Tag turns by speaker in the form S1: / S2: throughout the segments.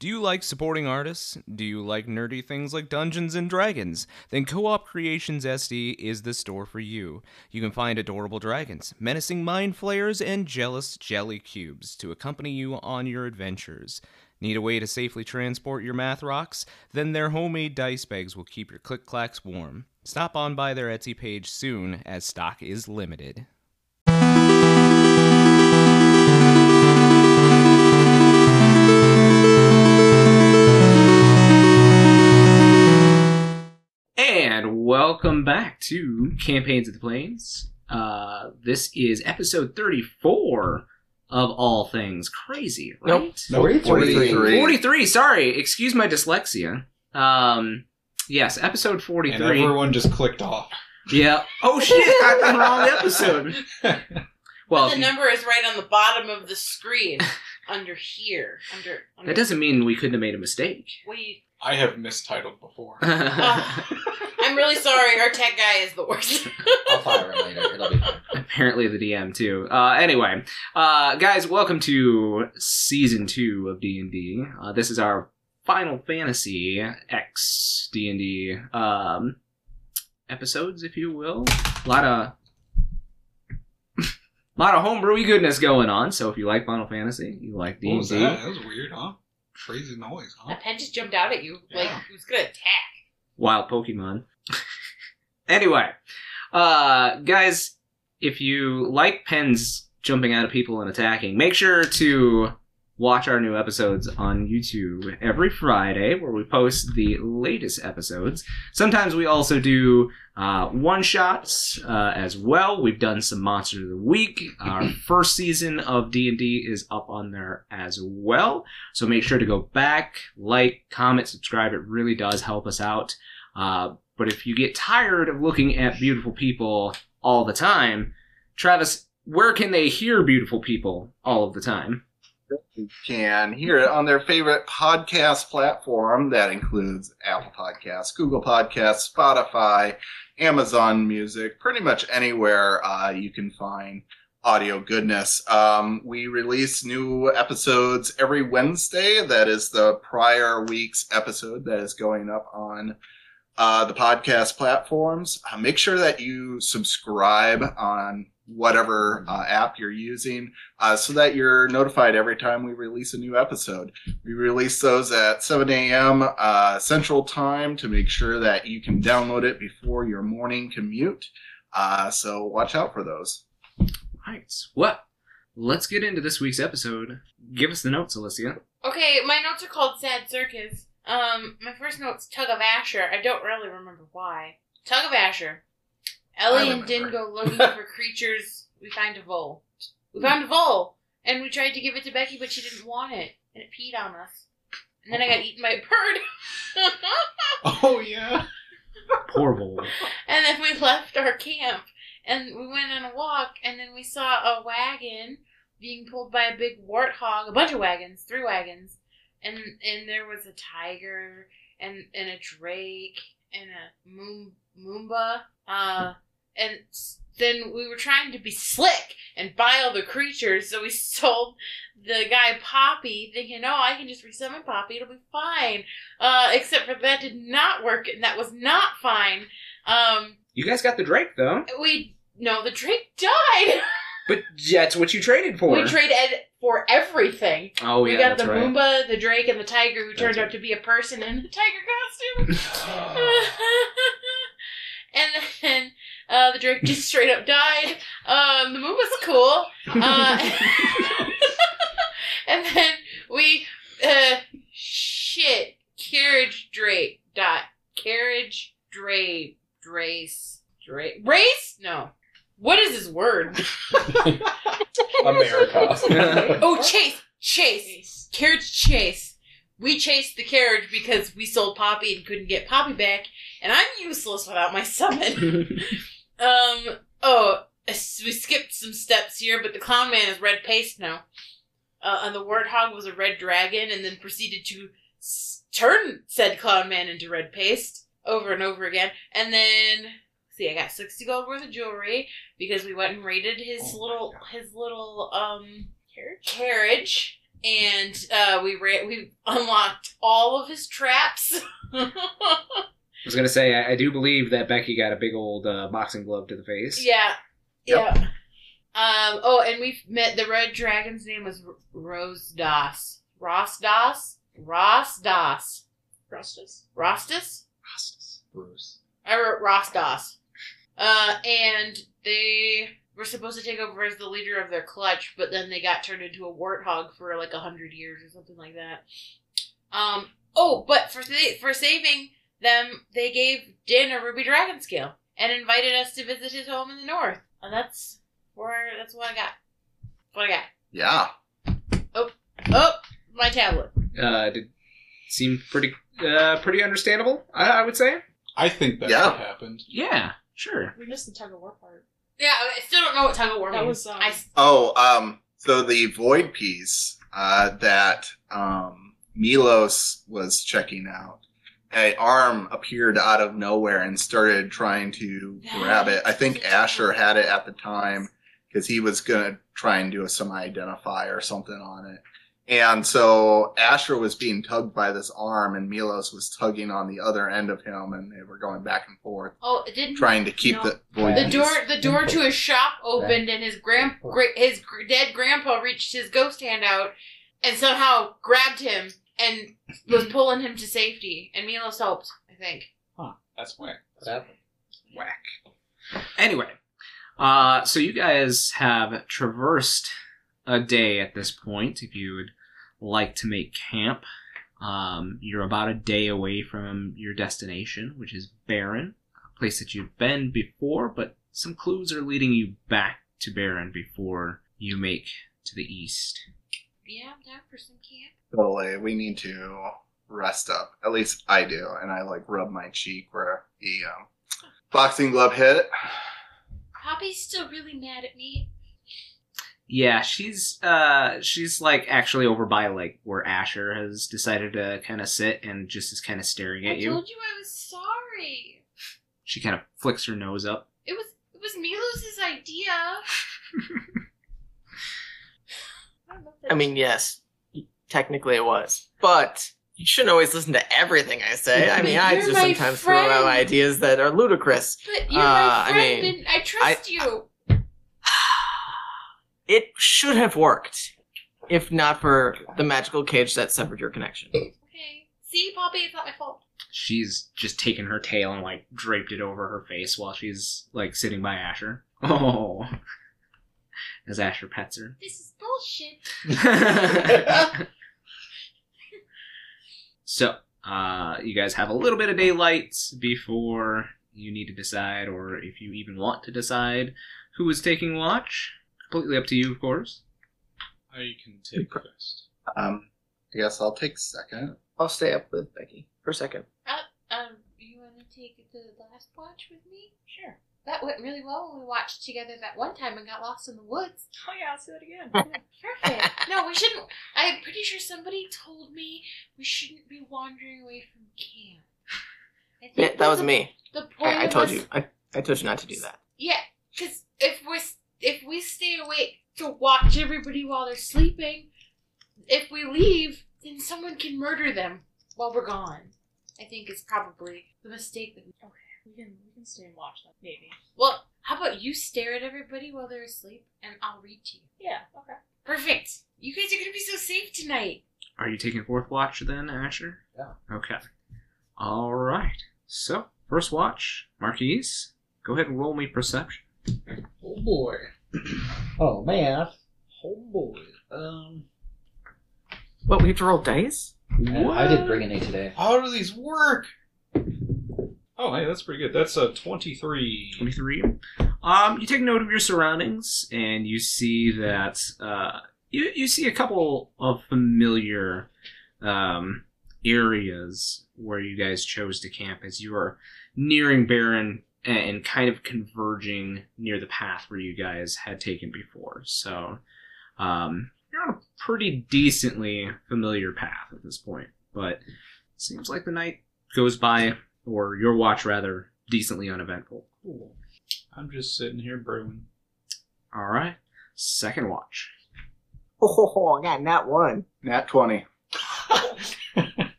S1: Do you like supporting artists? Do you like nerdy things like Dungeons and Dragons? Then Co op Creations SD is the store for you. You can find adorable dragons, menacing mind flayers, and jealous jelly cubes to accompany you on your adventures. Need a way to safely transport your math rocks? Then their homemade dice bags will keep your click clacks warm. Stop on by their Etsy page soon, as stock is limited. And welcome back to Campaigns of the Plains. Uh, this is episode 34 of All Things Crazy,
S2: Nope.
S1: right?
S3: No,
S2: 43.
S3: 43.
S1: 43 sorry excuse my dyslexia um yes episode
S3: And
S1: 43
S3: everyone just clicked off.
S1: yeah oh shit i'm on the wrong episode well
S4: the number is right on the bottom of the screen, under here, under. under
S1: that doesn't mean we couldn't have made a mistake
S4: We.
S3: I have mistitled before.
S4: Ugh. I'm really sorry. Our tech guy is the worst.
S2: I'll fire it later. It'll be fine.
S1: apparently the dm too uh anyway uh guys welcome to season two of d&d uh, this is our final fantasy x d&d um episodes if you will a lot of lot of homebrewy goodness going on so if you like final fantasy you like
S3: What was
S1: d&d
S3: that? That was weird, huh? Crazy noise, huh?
S4: that pen just jumped out at you. Like
S3: Yeah.
S4: it was gonna attack.
S1: wild Pokemon. anyway, uh, guys, if you like pens jumping out of people and attacking, make sure to watch our new episodes on YouTube every Friday, where we post the latest episodes. Sometimes we also do uh, one shots uh, as well. We've done some Monster of the Week. Our first season of D and D is up on there as well. So make sure to go back, like, comment, subscribe. It really does help us out. Uh, but if you get tired of looking at beautiful people all the time, Travis, where can they hear beautiful people all of the time?
S5: You can hear it on their favorite podcast platform. That includes Apple Podcasts, Google Podcasts, Spotify, Amazon Music, pretty much anywhere uh, you can find audio goodness. Um, we release new episodes every Wednesday. That is the prior week's episode that is going up on uh, the podcast platforms. Uh, make sure that you subscribe on whatever uh, app you're using uh, so that you're notified every time we release a new episode. We release those at 7 a.m. Uh, Central Time to make sure that you can download it before your morning commute. Uh, so watch out for those.
S1: All right. Well, let's get into this week's episode. Give us the notes, Alicia.
S4: Okay, my notes are called Sad Circus. Um, my first note's Tug of Asher. I don't really remember why. Tug of Asher. Ellie
S5: I
S4: and Din
S5: remember.
S4: go looking for creatures. We find a vole. We found a vole, and we tried to give it to Becky, but she didn't want it, and it peed on us. And then I got eaten by a bird.
S3: Oh, yeah.
S1: Poor Vole.
S4: and then we left our camp, and we went on a walk, and then we saw a wagon being pulled by a big warthog, a bunch of wagons, three wagons, and and there was a tiger and and a drake and a moom, moomba, uh, and s- then we were trying to be slick and buy all the creatures, so we sold the guy Poppy, thinking, oh, I can just resummon Poppy, it'll be fine. Uh, except for that did not work, and that was not fine. Um,
S1: You guys got the Drake though,
S4: we no, the Drake died.
S1: but that's what you traded for.
S4: We traded for everything.
S1: oh yeah,
S4: we got
S1: that's
S4: the
S1: right.
S4: Roomba, the Drake, and the tiger, who turned
S1: right.
S4: out to be a person in a tiger costume. and then uh, the Drake just straight up died. Um, the Moomba's cool. Uh, and then we uh, shit carriage Drake dot carriage Dray race Dray race no. What is his word?
S2: America.
S4: Oh, chase, chase, carriage chase. We chased the carriage because we sold Poppy and couldn't get Poppy back, and I'm useless without my summon. um. Oh, s- we skipped some steps here, but the clown man is red paste now, uh, and the warthog was a red dragon, and then proceeded to s- turn said clown man into red paste over and over again, and then. See, I got sixty gold worth of jewelry because we went and raided his
S3: Oh my
S4: little
S3: God.
S4: his little um carriage and uh, we ra- we unlocked all of his traps.
S1: I was gonna say I, I do believe that Becky got a big old uh, boxing glove to the face.
S4: yeah,
S5: Yep.
S4: yeah. Um. Oh, and we met the red dragon's name was R- Rose Das, Ross Das, Ross Das,
S2: Rostus?
S4: Rostus.
S2: Rostus. Bruce.
S4: I wrote Ross Das. Uh, and they were supposed to take over as the leader of their clutch, but then they got turned into a warthog for like a hundred years or something like that. Um. Oh, but for sa- for saving them, they gave Din a ruby dragon scale and invited us to visit his home in the north. And that's where that's what I got. What I got.
S5: Yeah.
S4: Oh, my tablet.
S1: Uh, did seem pretty uh, pretty understandable. I, I would say.
S3: I think that's
S5: Yeah.
S3: what happened.
S1: Yeah, sure.
S2: We missed the tug of war part.
S4: Yeah, I still don't know what tug of war
S2: That
S4: means.
S2: was, um,
S4: I s-
S5: Oh, um, so the void piece uh, that um, Milos was checking out, a arm appeared out of nowhere and started trying to grab it. I think Asher had it at the time because he was gonna try and do some identify or something on it. And so Asher was being tugged by this arm, and Milos was tugging on the other end of him, and they were going back and forth,
S4: oh, it didn't
S5: trying to keep
S4: No.
S5: the void
S4: The
S5: piece.
S4: door, the door to his shop opened, and his grand, gra- his gr- dead grandpa reached his ghost hand out, and somehow grabbed him and was pulling him to safety. And Milos helped, I think.
S3: That's why.
S2: What happened?
S1: Whack. Anyway, uh, so you guys have traversed a day at this point. If you would like to make camp, um, you're about a day away from your destination, which is Baron, a place that you've been before, but some clues are leading you back to Baron before you make to the east.
S4: Yeah, I'm down for some camp.
S5: Totally. We need to rest up. At least I do. And I like rub my cheek where the um, boxing glove hit.
S4: Poppy's still really mad at me.
S1: Yeah, she's uh she's like actually over by like where Asher has decided to kind of sit and just is kind of staring at
S4: I
S1: you.
S4: told you I was sorry.
S1: She kind of flicks her nose up.
S4: It was it was Milos's idea. I, don't know if that-
S6: I mean, yes, technically it was, but you shouldn't always listen to everything I say. I mean, I
S4: You're
S6: just
S4: my
S6: sometimes throw out
S4: friend.
S6: ideas that are ludicrous.
S4: but you're
S6: uh,
S4: my
S6: I
S4: friend,
S6: mean,
S4: and I trust you.
S6: It should have worked, if not for the magical cage that severed your connection.
S4: okay. See, Poppy, it's not my fault.
S1: She's just taken her tail and like draped it over her face while she's like sitting by Asher. Oh, as Asher pets her.
S4: This is bullshit.
S1: so, uh, you guys have a little bit of daylight before you need to decide, or if you even want to decide, who is taking watch. Completely up to you, of course.
S3: I can take first.
S5: Um, I guess I'll take second.
S6: I'll stay up with Becky for a second.
S4: Um, you want to take the last watch with me? Sure. That went really well when we watched together that one time and got lost in the woods.
S2: Oh, yeah, let's do it again.
S4: Perfect. no, we shouldn't. I'm pretty sure somebody told me we shouldn't be wandering away from camp. I think
S6: Yeah, that was
S4: the-
S6: me.
S4: The point
S6: I, I
S4: of
S6: told
S4: us-
S6: you. I, I told you not to do that.
S4: Yeah, because if we if we stay awake to watch everybody while they're sleeping, if we leave, then someone can murder them while we're gone. I think is probably the mistake that we
S2: we can we can stay and watch that. Maybe.
S4: Well, how about you stare at everybody while they're asleep and I'll read to you.
S2: Yeah, okay.
S4: Perfect. You guys are gonna be so safe tonight.
S1: Are you taking fourth watch then, Asher?
S2: Yeah.
S1: Okay. All right. So, first watch, Marquise. Go ahead and roll me perception.
S2: Oh boy. oh man. Oh boy. Um
S6: What, we have to roll dice?
S2: I did bring an A today.
S3: How do these work? Oh, hey, that's pretty good. That's a 23.
S1: 23. Um, you take note of your surroundings, and you see that uh, you you see a couple of familiar um, areas where you guys chose to camp as you are nearing Baron and kind of converging near the path where you guys had taken before. So um, you're on a pretty decently familiar path at this point, but seems like the night goes by, or your watch rather, decently uneventful.
S3: Cool. I'm just sitting here brewing.
S1: All right. Second watch.
S6: Ho ho ho! I got not one.
S5: Nat 20.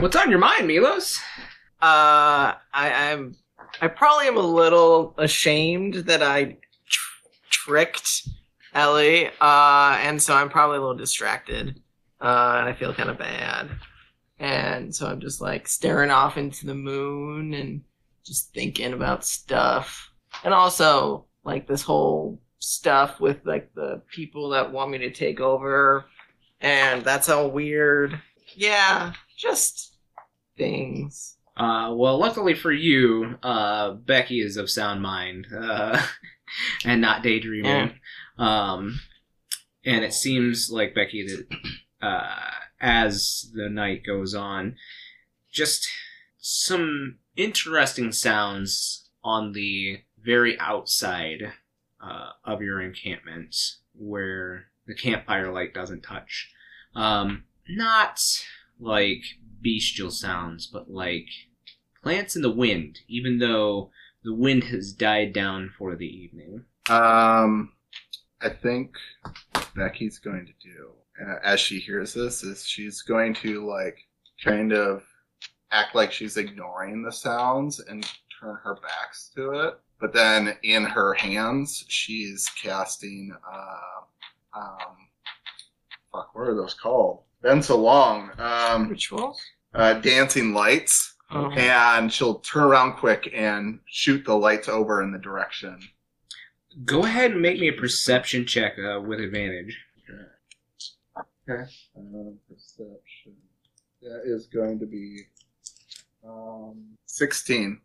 S1: What's on your mind, Milos?
S6: Uh, I, I'm. I probably am a little ashamed that I tr- tricked Ellie. Uh, and so I'm probably a little distracted. Uh, and I feel kind of bad. And so I'm just like staring off into the moon and just thinking about stuff. And also like this whole stuff with like the people that want me to take over. And that's all weird. Yeah, just things.
S1: Uh, well, luckily for you, uh, Becky is of sound mind uh, and not daydreaming. Um, and it seems like Becky that uh, as the night goes on, just some interesting sounds on the very outside uh, of your encampment where the campfire light doesn't touch. Um, not like bestial sounds, but like plants in the wind, even though the wind has died down for the evening.
S5: Um, I think Becky's going to do, uh, as she hears this, is she's going to, like, kind of act like she's ignoring the sounds and turn her backs to it. But then in her hands, she's casting, uh, um, fuck, what are those called? Been so long. Um,
S6: Ritual?
S5: uh, dancing lights.
S6: Oh.
S5: and she'll turn around quick and shoot the lights over in the direction.
S1: Go ahead and make me a perception check uh, with advantage.
S5: Um, perception. That is going to be um, 16.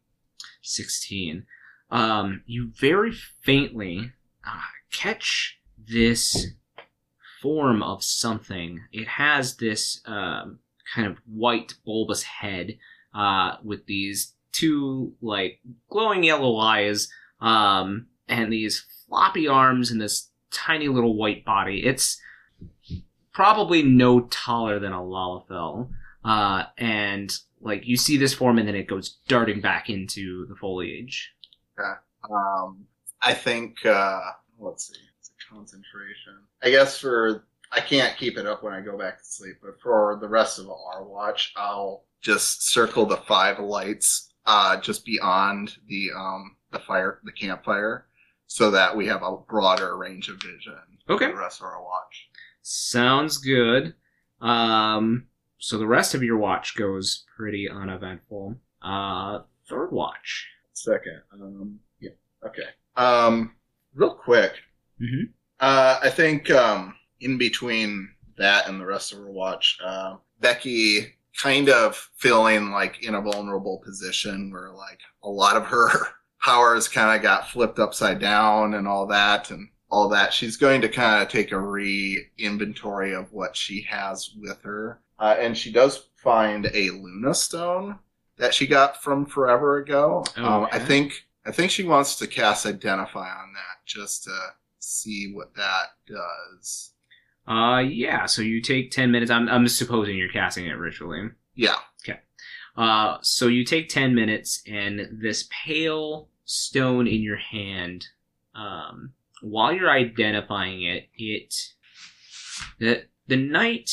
S1: 16. Um, you very faintly uh, catch this form of something. It has this um, kind of white bulbous head uh, with these two like glowing yellow eyes um, and these floppy arms and this tiny little white body. It's probably no taller than a Lalafell. Uh, and like you see this form and then it goes darting back into the foliage.
S5: Um, I think, uh, let's see, it's a concentration. I guess for, I can't keep it up when I go back to sleep, but for the rest of our watch, I'll just circle the five lights uh, just beyond the um, the fire, the campfire, so that we have a broader range of vision
S1: Okay.
S5: for the rest of our watch.
S1: Sounds good. Um, so the rest of your watch goes pretty uneventful. Uh, third watch.
S5: Second, um, yeah, okay. Um, real quick,
S1: Mhm.
S5: uh, I think um, in between that and the rest of her watch, uh, Becky kind of feeling like in a vulnerable position where like a lot of her powers kind of got flipped upside down and all that and all that. She's going to kind of take a re inventory of what she has with her. Uh, and she does find a Luna stone that she got from forever ago. Um, I
S1: Okay.
S5: think I think she wants to cast identify on that just to see what that does.
S1: Uh, yeah. So you take ten minutes. I'm I'm supposing you're casting it ritually.
S5: Yeah.
S1: Uh, so you take 10 minutes, and this pale stone in your hand, um, while you're identifying it, it the the night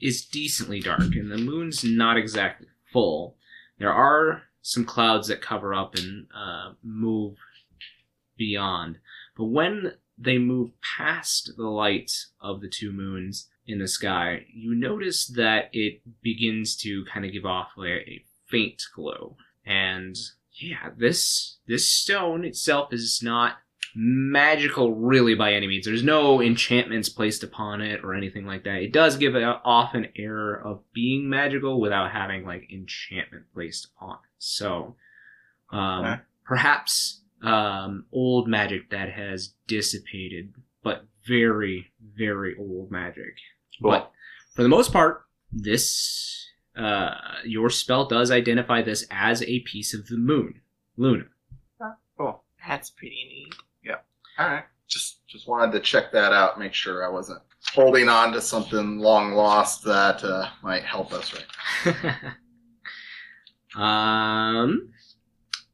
S1: is decently dark, and the moon's not exactly full. There are some clouds that cover up and uh, move beyond, but when they move past the light of the two moons, in the sky, you notice that it begins to kind of give off like a faint glow. And yeah, this this stone itself is not magical really by any means. There's no enchantments placed upon it or anything like that. It does give a- off an air of being magical without having like enchantment placed upon it. So um,
S5: Okay.
S1: perhaps um, old magic that has dissipated, but very, very old magic. But for the most part, this uh, your spell does identify this as a piece of the moon, Luna.
S5: Cool.
S6: That's pretty neat.
S5: All right. Just just wanted to check that out, make sure I wasn't holding on to something long lost that uh, might help us right
S1: um,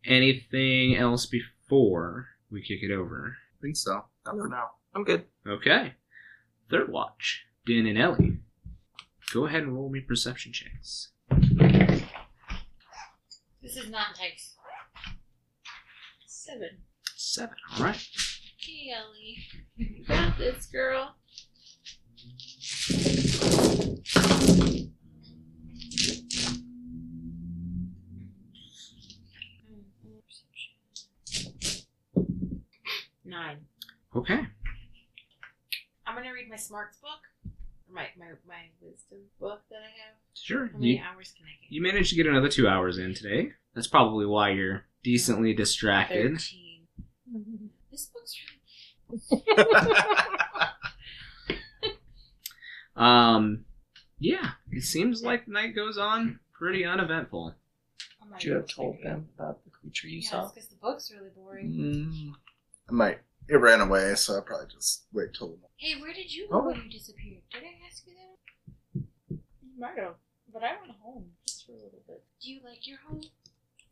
S1: anything else before we kick it over?
S5: I think so. Not for now.
S6: I'm good.
S1: Okay. Third watch, Din and Ellie. Go ahead and roll me perception checks.
S4: This is not nice. Seven.
S1: Seven. All right.
S4: Hey, Ellie. You got this, girl. Nine.
S1: Okay.
S4: I'm gonna read my smarts book, or my my, my wisdom book that I have.
S1: Sure.
S4: How many
S1: You,
S4: hours can I get?
S1: you managed to get another two hours in today. That's probably why you're decently distracted.
S4: Thirteen. This book's really
S1: Um, yeah. It seems like the night goes on pretty uneventful.
S4: I'm not
S6: Would you have
S4: even
S6: told
S4: kidding.
S6: them about the creature you
S4: Yeah,
S6: saw? Mm-hmm.
S4: because the book's really boring.
S5: Mm, I might. It ran away, so I probably just wait till. the morning.
S4: Hey, where did you
S5: Oh.
S4: go when you disappeared? Did I ask you that?
S2: You might have, but I went home just for a little bit.
S4: Do you like your home?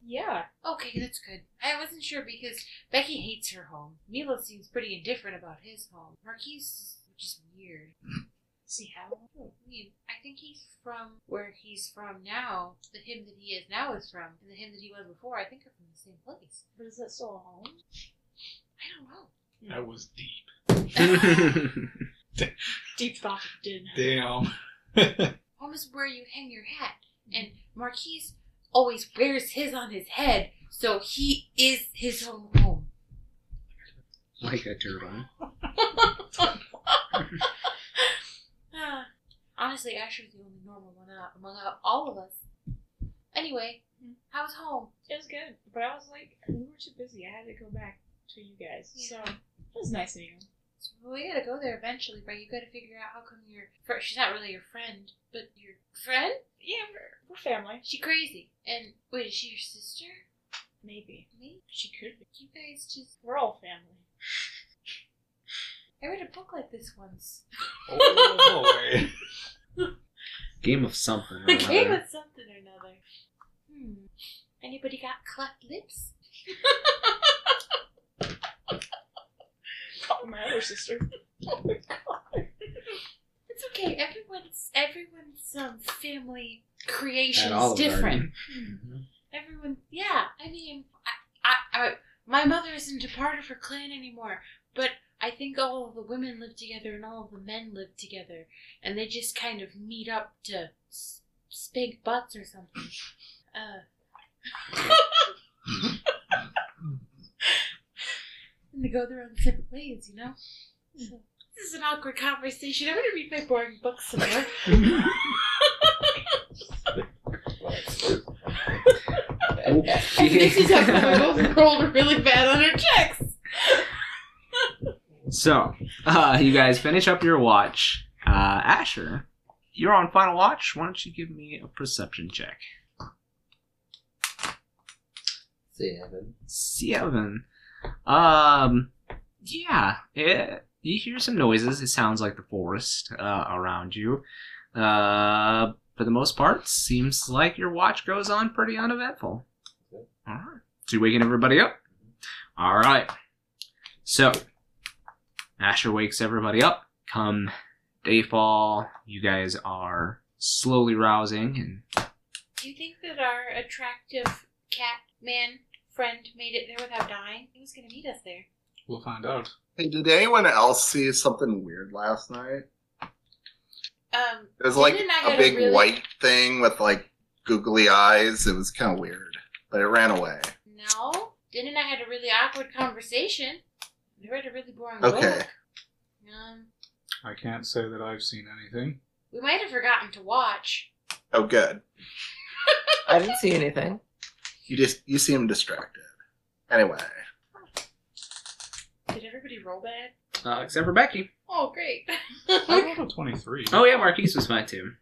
S2: Yeah.
S4: Okay, that's good. I wasn't sure because Becky hates her home. Milo seems pretty indifferent about his home. Marquis is just weird. Oh,
S2: See how?
S4: I mean, I think he's from where he's from now. The him that he is now is from, and the him that he was before, I think, are from the same place.
S2: But is that still a home?
S4: I don't know.
S3: That was deep.
S2: Deep thought did.
S3: Damn.
S4: Home is where you hang your hat, and Marquis always wears his on his head, so he is his own home.
S1: like a turbine.
S4: Ah, Honestly, Asher's the only normal one out among all of us. Anyway, how's home?
S2: It was good, but I was like, we were too busy. I had to go back to you guys.
S4: Yeah.
S2: So it was nice of you.
S4: Well, we gotta go there eventually, but you gotta figure out how come your fr- she's not really your friend, but your friend?
S2: Yeah, we're, we're family.
S4: She crazy. And wait, is she your sister?
S2: Maybe
S4: Me?
S2: she could be.
S4: You guys just
S2: We're all family.
S4: I read a book like this once.
S3: Oh boy.
S1: Game of something. or
S4: I came
S1: other.
S4: with something or another. Hmm. Anybody got cleft lips?
S2: Oh, my other sister.
S4: It's okay. Everyone's everyone's um family creation
S1: At
S4: is
S1: Olive
S4: different.
S1: Garden.
S4: Everyone, yeah. I mean, I, I, I, my mother isn't a part of her clan anymore, but I think all of the women live together and all of the men live together, and they just kind of meet up to s- spig butts or something. Uh. and they go their own separate ways, you know. So, this is an awkward conversation. I'm gonna read my boring book some more. this is how come I both rolled really bad on her checks.
S1: So, uh, you guys finish up your watch. Uh, Asher, you're on final watch. Why don't you give me a perception check?
S7: Seven.
S1: Seven. Um, yeah, it, you hear some noises. It sounds like the forest uh, around you. Uh, for the most part, seems like your watch goes on pretty uneventful. All
S7: Okay.
S1: right. So you waking everybody up. All right. So Asher wakes everybody up. Come dayfall, you guys are slowly rousing,
S4: Do you think that our attractive cat man friend made it there without dying? He was gonna meet us there.
S3: We'll find out.
S5: Hey, did anyone else see something weird last night?
S4: Um,
S5: It was like
S4: Didn't I
S5: a
S4: get a
S5: big
S4: really-
S5: white thing with like googly eyes. It was kind of weird, but it ran away.
S4: no. Din and I had a really awkward conversation. We read a really boring
S5: Okay.
S4: book. Um,
S3: I can't say that I've seen anything.
S4: we might have forgotten to watch.
S5: Oh, good.
S6: I didn't see anything.
S5: You just you seem distracted. Anyway,
S2: Did everybody roll bad?
S1: and uh, except for Becky.
S4: Oh, great.
S3: I rolled a 23.
S1: Oh yeah, Marquise was fine too.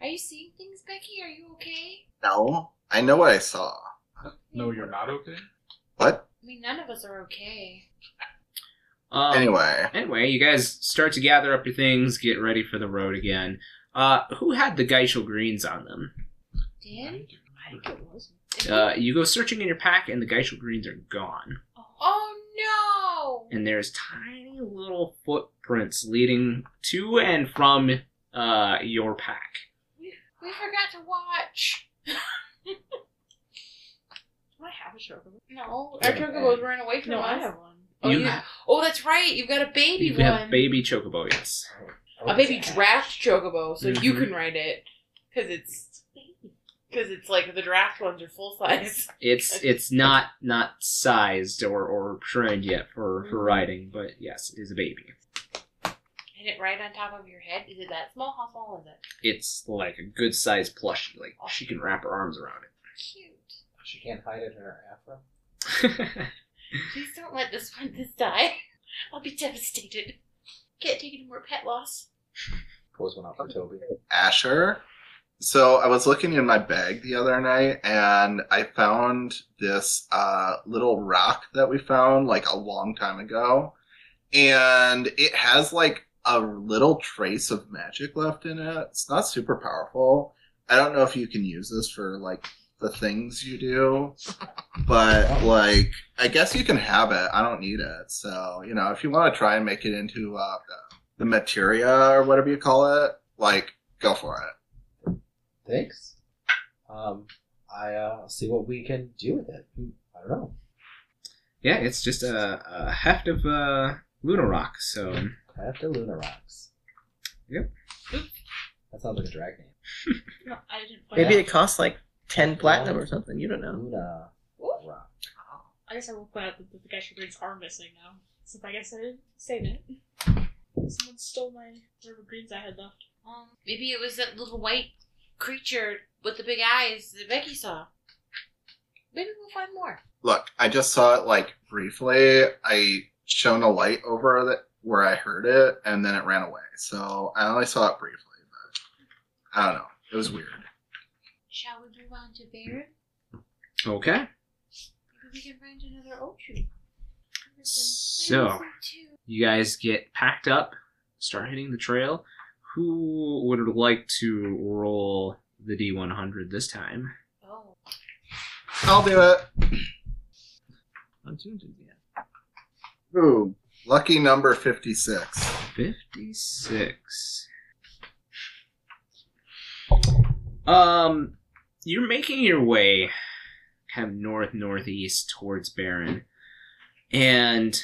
S4: Are you seeing things, Becky? Are you okay?
S5: no, I know what I saw.
S3: No, you're not okay?
S5: What?
S4: I mean, none of us are okay. Oh.
S1: Um,
S5: Anyway,
S1: Anyway, you guys start to gather up your things, get ready for the road again. Uh, who had the geisel greens on them?
S4: Din?
S2: I think it was.
S1: Uh, you go searching in your pack, and the geisel greens are gone.
S4: Oh no!
S1: And there's tiny little footprints footprints leading to and from uh, your pack.
S4: We forgot to watch.
S2: Do I have a chocobo?
S4: No, our chocobos ran away from
S2: No, I
S4: us.
S2: have one.
S4: Oh,
S1: You-
S4: you, oh, that's right. You've got a baby
S1: you
S4: one.
S1: have baby chocobo, yes.
S4: a baby draft chocobo, so you
S1: Mm-hmm.
S4: can ride it because it's because it's like the draft ones are full size.
S1: It's it's not not sized or, or trained yet for,
S4: Mm-hmm.
S1: for riding, but yes, it is a baby.
S4: And it right on top of your head. Is it that small? How small is it?
S1: It's like a good sized plushie. Like she can wrap her arms around
S4: Cute.
S7: She can't hide it in her afro.
S1: it.
S4: Please don't let this one this die. I'll be devastated. Can't take any more pet loss.
S7: Pours one out for Toby.
S5: Asher. So I was looking in my bag the other night and I found this uh, little rock that we found like a long time ago. And it has like a little trace of magic left in it. It's not super powerful. I don't know if you can use this for like the things you do, but like I guess you can have it. I don't need it. So, you know, if you want to try and make it into uh, the, the materia or whatever you call it, like go for it.
S7: Thanks. Um, I uh, see what we can do with it. Hmm, I don't know.
S1: yeah, it's just a, a heft of uh, lunar rock. So
S7: I have to Luna Rocks.
S1: Yep.
S7: That sounds like a drag name.
S2: No, I didn't. Find
S6: Maybe
S2: out.
S6: it costs like ten platinum or something. You don't know.
S7: Luna
S2: Ooh,
S7: Rock.
S2: I guess I will point out that the Pikachu braids are missing now. Since I guess I didn't save it. Someone stole my river greens I had left.
S4: Um, maybe it was that little white creature with the big eyes that Becky saw. Maybe we'll find more.
S5: Look, I just saw it like briefly. I shone a light over that where I heard it, and then it ran away. So I only saw it briefly, but I don't know. It was weird.
S4: Shall we move on to Baron?
S1: okay,
S4: Maybe we can find another oak tree.
S1: so you guys get packed up, start hitting the trail. Who would like to roll the D100 this time?
S4: Oh,
S5: I'll do it.
S6: I'm tuned in, yeah.
S5: Ooh, lucky number fifty-six.
S1: 56. Um, you're making your way kind of north northeast towards Baron, and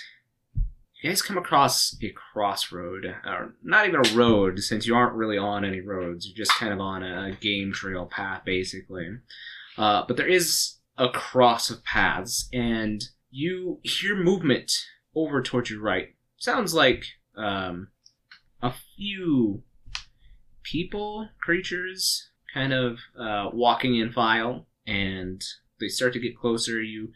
S1: you guys come across a crossroad, or not even a road, since you aren't really on any roads. You're just kind of on a game trail path, basically. Uh, but there is a cross of paths, and you hear movement over towards your right. Sounds like um, a few people, creatures, kind of uh, walking in file, and they start to get closer. You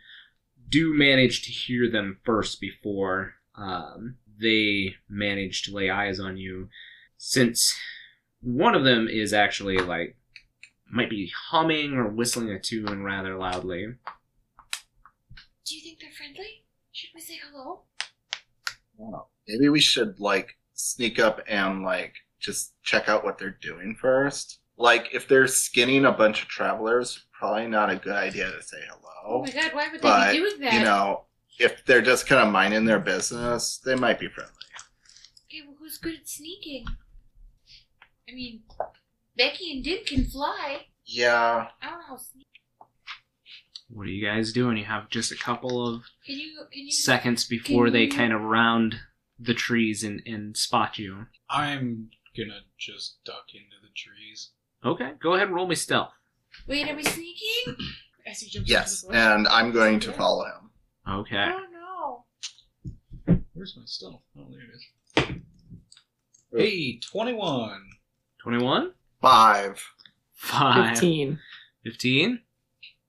S1: do manage to hear them first before um, they manage to lay eyes on you, since one of them is actually like might be humming or whistling a tune rather loudly.
S4: do you think they're friendly? Should we say hello?
S5: Wow. Maybe we should like sneak up and like just check out what they're doing first. Like if they're skinning a bunch of travelers, probably not a good idea to say
S4: Oh
S5: hello.
S4: my god, why would
S5: But,
S4: they be doing that?
S5: you know, if they're just kind of minding their business, they might be friendly.
S4: Okay, well, who's good at sneaking? I mean, Becky and Din can fly.
S5: Yeah,
S4: I don't know how sneak.
S1: What are you guys doing? You have just a couple of
S4: Can you? Can you?
S1: seconds before they
S4: Can you-
S1: kind of round the trees and, and spot you.
S3: I'm gonna just duck into the trees.
S1: Okay, go ahead and roll me stealth.
S4: Wait, are we sneaking?
S2: As he jumps
S5: Yes,
S2: into the bush.
S5: and I'm going to follow him.
S1: Okay.
S4: I don't know.
S3: Where's my stealth? Oh, there it is. Hey, 21.
S1: 21?
S5: Five.
S1: 5.
S6: Fifteen.
S1: 15?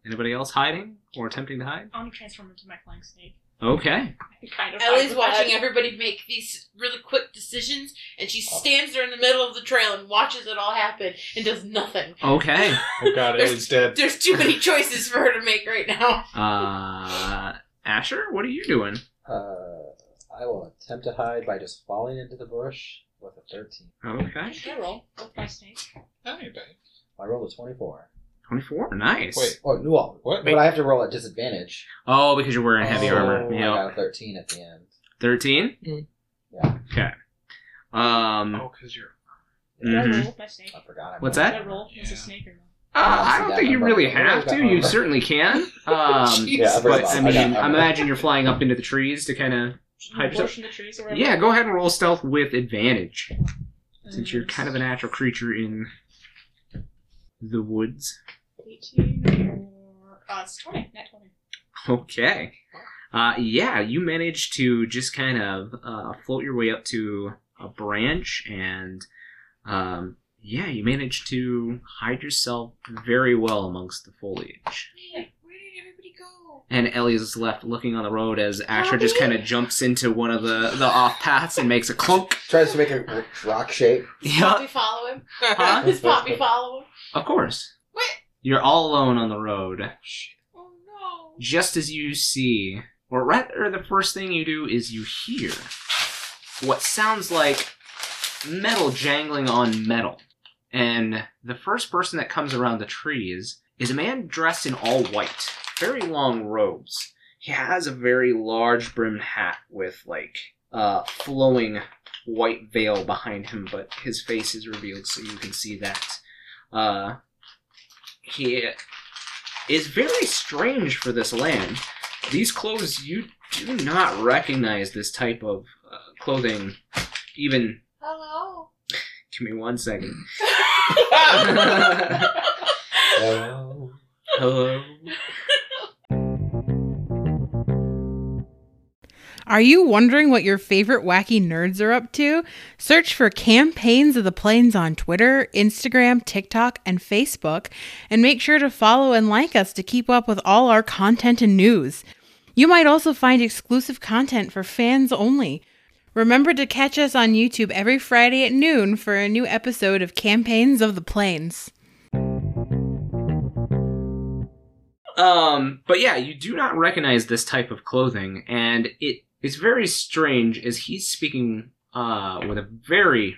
S1: Anybody else hiding or attempting to hide?
S2: I'm gonna transform into my flying snake.
S1: Okay.
S2: I can kind of.
S4: Ellie's
S2: hide with
S4: watching
S2: that.
S4: everybody make these really quick decisions, and she stands there in the middle of the trail and watches it all happen and does nothing.
S1: Okay.
S3: Oh god, Ellie's dead.
S4: There's too many choices for her to make right now.
S1: Uh, Asher, what are you doing?
S7: Uh, I will attempt to hide by just falling into the bush with a 13.
S1: Okay.
S2: Can I roll with my snake?
S3: Hi, babe.
S7: I rolled a 24.
S1: 24? Nice.
S3: Wait.
S7: Oh, no. Well,
S3: What?
S7: But I have to roll at disadvantage.
S1: Oh, because you're wearing heavy
S7: So
S1: armor.
S7: I
S1: Yeah.
S7: got a 13 at the end.
S1: 13?
S6: Mm.
S7: Yeah.
S1: Okay. Um,
S3: Oh, because you're.
S1: mhm.
S2: Did I roll with my snake?
S7: I forgot. I
S1: What's
S7: rolled.
S2: Did I
S1: that?
S2: roll with
S3: Yeah.
S2: a snake or no?
S1: Uh,
S7: I
S1: I
S7: don't
S1: don't
S7: see
S1: think
S7: that
S1: you
S7: number.
S1: really
S7: I don't
S1: have
S7: got
S1: to. You
S7: number.
S1: certainly can. Um,
S7: Yeah, I
S1: but
S7: forgot.
S1: I
S7: I got
S1: mean,
S7: number.
S1: imagine you're flying up into the trees to kind of.
S2: Should
S1: Hype
S2: I
S1: it
S2: bush
S1: up.
S2: in the trees or whatever?
S1: Yeah, go ahead and roll stealth with advantage,
S2: Uh,
S1: since you're kind of a natural creature in the woods.
S2: 18 or. Uh, it's 20, not 20.
S1: Okay. Uh, yeah, you manage to just kind of uh, float your way up to a branch, and um, yeah, you manage to hide yourself very well amongst the foliage.
S4: Man, where did everybody go?
S1: And Ellie is left looking on the road as Asher just kind of jumps into one of the, the off paths and makes a clunk.
S7: Tries to make a r- rock shape.
S1: Yeah,
S4: Poppy follow him.
S1: Huh?
S4: Does Poppy follow him?
S1: of course.
S4: What?
S1: You're all alone on the road.
S4: Oh no.
S1: Just as you see, or rather, the first thing you do is you hear what sounds like metal jangling on metal. And the first person that comes around the trees is a man dressed in all white, very long robes. He has a very large brimmed hat with like uh, flowing white veil behind him, but his face is revealed so you can see that. Uh, he is very strange for this land. These clothes you do not recognize this type of uh, clothing. Even
S4: Hello.
S1: give me one second.
S7: Oh.
S1: Hello.
S8: Are you wondering what your favorite wacky nerds are up to? Search for Campaigns of the Plains on Twitter, Instagram, TikTok, and Facebook, and make sure to follow and like us to keep up with all our content and news. You might also find exclusive content for fans only. Remember to catch us on YouTube every Friday at noon for a new episode of Campaigns of the Plains.
S1: Um, but yeah, you do not recognize this type of clothing, and it is very strange as he's speaking uh, with a very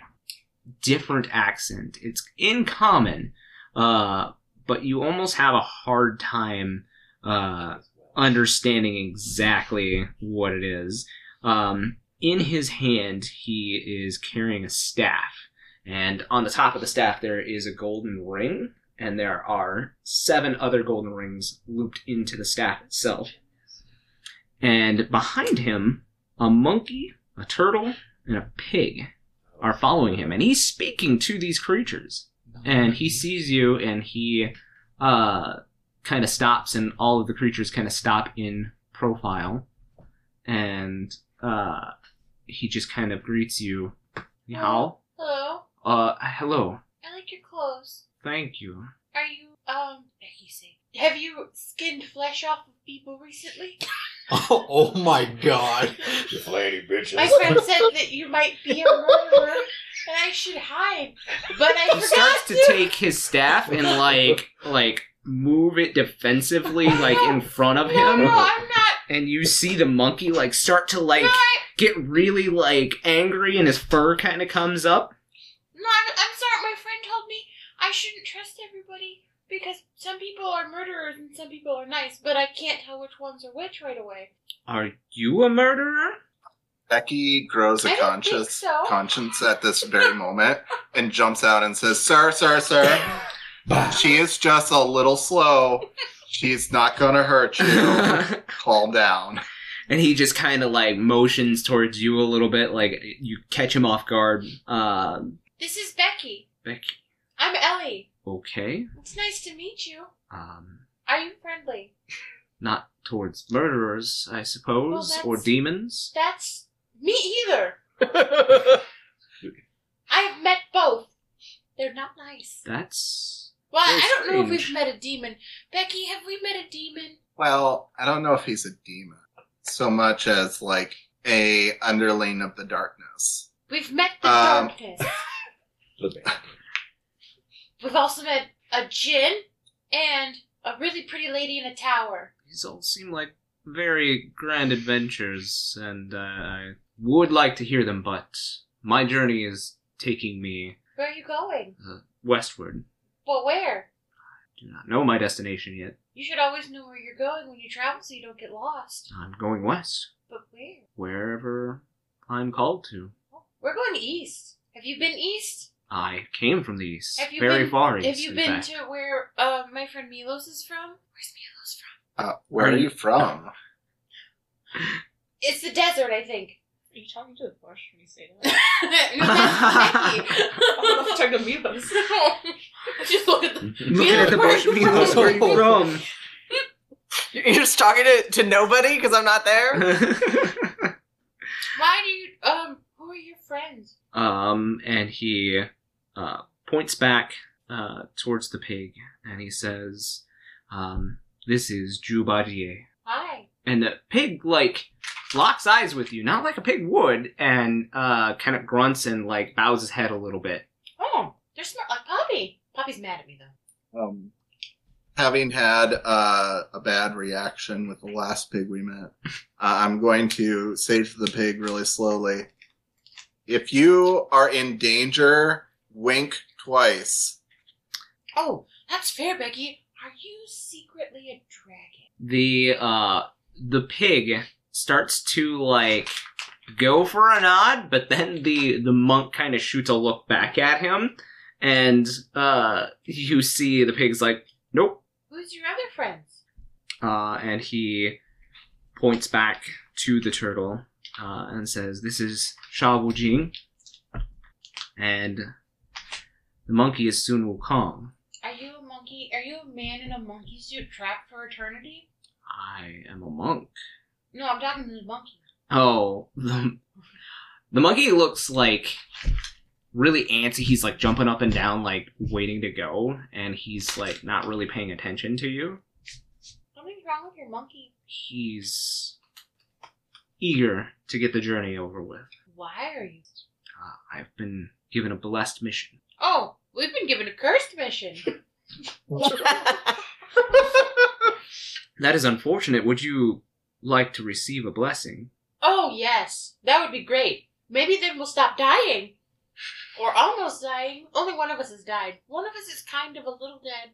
S1: different accent. It's in common, uh, but you almost have a hard time uh, understanding exactly what it is. Um, in his hand, he is carrying a staff, and on the top of the staff, there is a golden ring and there are seven other golden rings looped into the staff itself. And behind him, a monkey, a turtle, and a pig are following him, and he's speaking to these creatures. And he sees you, and he uh, kind of stops, and all of the creatures kind of stop in profile, and uh, he just kind of greets you. Ni hao.
S4: Hello.
S1: Uh, hello.
S4: I like your clothes.
S1: Thank you.
S4: Are you um Becky say have you skinned flesh off of people recently?
S9: Oh, oh my god. You lady bitches.
S4: My friend said that you might be a murderer and I should hide. But I
S1: he
S4: forgot
S1: starts to
S4: to
S1: take his staff and like like move it defensively like in front of
S4: No, no,
S1: him
S4: I'm not
S1: and you see the monkey like start to like
S4: no, I,
S1: get really like angry and his fur kind of comes up
S4: no, I'm, I'm sorry. My friend told me I shouldn't trust everybody because some people are murderers and some people are nice, but I can't tell which ones are which right away.
S1: are you a murderer
S5: Becky grows
S4: I
S5: a
S4: don't think
S5: conscious
S4: so.
S5: conscience at this very moment and jumps out and says, "Sir, sir, sir, she is just a little slow. She's not gonna hurt you.
S1: and
S5: Calm down."
S1: he just kind of like motions towards you a little bit like you catch him off guard uh
S4: This is Becky.
S1: Becky,
S4: I'm Ellie.
S1: okay
S4: It's nice to meet you.
S1: um
S4: Are you friendly?
S1: not towards murderers i suppose or
S4: that's-
S1: demons
S4: That's me either. I've met both. They're not nice.
S1: that's
S4: Well,
S1: Very
S4: I don't know if we've
S1: strange.
S4: met a demon. Becky, have we met a demon?
S5: Well, I don't know if he's a demon so much as like a underling of the darkness.
S4: We've met the
S5: Um,
S4: darkness. We've also met a djinn and a really pretty lady in a tower.
S1: These all seem like very grand adventures, and uh, I would like to hear them, but my journey is taking me
S4: Where are you going?
S1: westward.
S4: Well, where?
S1: Do not know my destination yet.
S4: You should always know where you're going when you travel so you don't get lost.
S1: I'm going west,
S4: But where?
S1: wherever I'm called to.
S4: Oh, We're going east. Have you been east?
S1: I came from the east,
S4: Have you
S1: very
S4: been-
S1: far east.
S4: Have you
S1: in
S4: been
S1: fact.
S4: to where uh, my friend Milos is from? Where's Milos from?
S5: Uh, where are you from?
S4: It's the desert, I think.
S2: Are you talking to the bush when you say
S4: no,
S2: that?
S4: that's Becky.
S2: I don't know if I'm talking to me, but it's-
S4: Just look at the.
S1: Looking at the bush,
S4: Where-
S1: Milos, where are you from?
S6: You're just talking to, to nobody because I'm not there?
S4: Why do you? Um, who are your friends?
S1: um, and he uh, points back uh, towards the pig, and he says, um, "This is Jubadier."
S4: Hi.
S1: and the pig like locks eyes with you, not like a pig would, and uh, kind of grunts and like bows his head a little bit.
S4: Oh, they're smart like Poppy. Poppy's mad at me though.
S5: Um, having had uh, a bad reaction with the last pig we met, uh, I'm going to say to the pig really slowly if you are in danger, wink twice.
S4: Oh, that's fair, Becky. Are you secretly a dragon?
S1: The uh, the pig starts to like go for a nod, but then the the monk kind of shoots a look back at him, and uh, you see the pig's like, "Nope,"
S4: Who's your other friends?
S1: uh, and he points back to the turtle uh, and says, "This is Shawu Jing, and the monkey is soon will come.
S4: Are you a monkey? Are you a man in a monkey suit trapped for eternity?
S1: I am a monk."
S4: No, I'm talking to the monkey.
S1: Oh, the, the monkey looks like really antsy. He's like jumping up and down, like waiting to go, and he's like not really paying attention to you.
S4: Something's wrong with your monkey.
S1: He's eager to get the journey over with.
S4: Why are you?
S1: Uh, I've been given a blessed mission.
S4: Oh, we've been given a cursed mission.
S1: That is unfortunate. Would you like to receive a blessing?
S4: oh yes, that would be great. Maybe then we'll stop dying, or almost dying. Only one of us has died. One of us is kind of a little dead,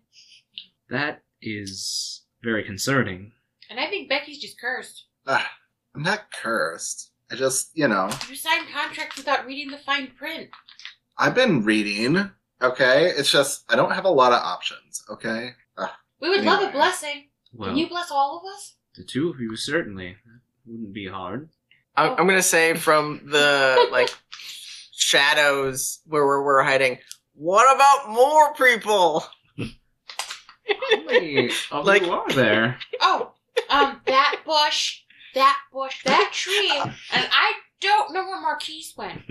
S1: That is very concerning.
S4: and I think Becky's just cursed.
S5: Ah, I'm not cursed. I just, you know,
S4: You signed contracts without reading the fine print.
S5: I've been reading, okay? It's just, I don't have a lot of options, okay?
S4: We would love a
S5: Anyway.
S4: blessing.
S1: Well,
S4: Can you bless all of us?
S1: the two of you certainly. That wouldn't be hard.
S6: I'm, I'm gonna say from the like shadows where we're, we're hiding. What about more people?
S1: How many of
S6: Like-
S1: you are there?
S4: Oh, um, that bush, that bush, that tree, and I don't know where Marquise went.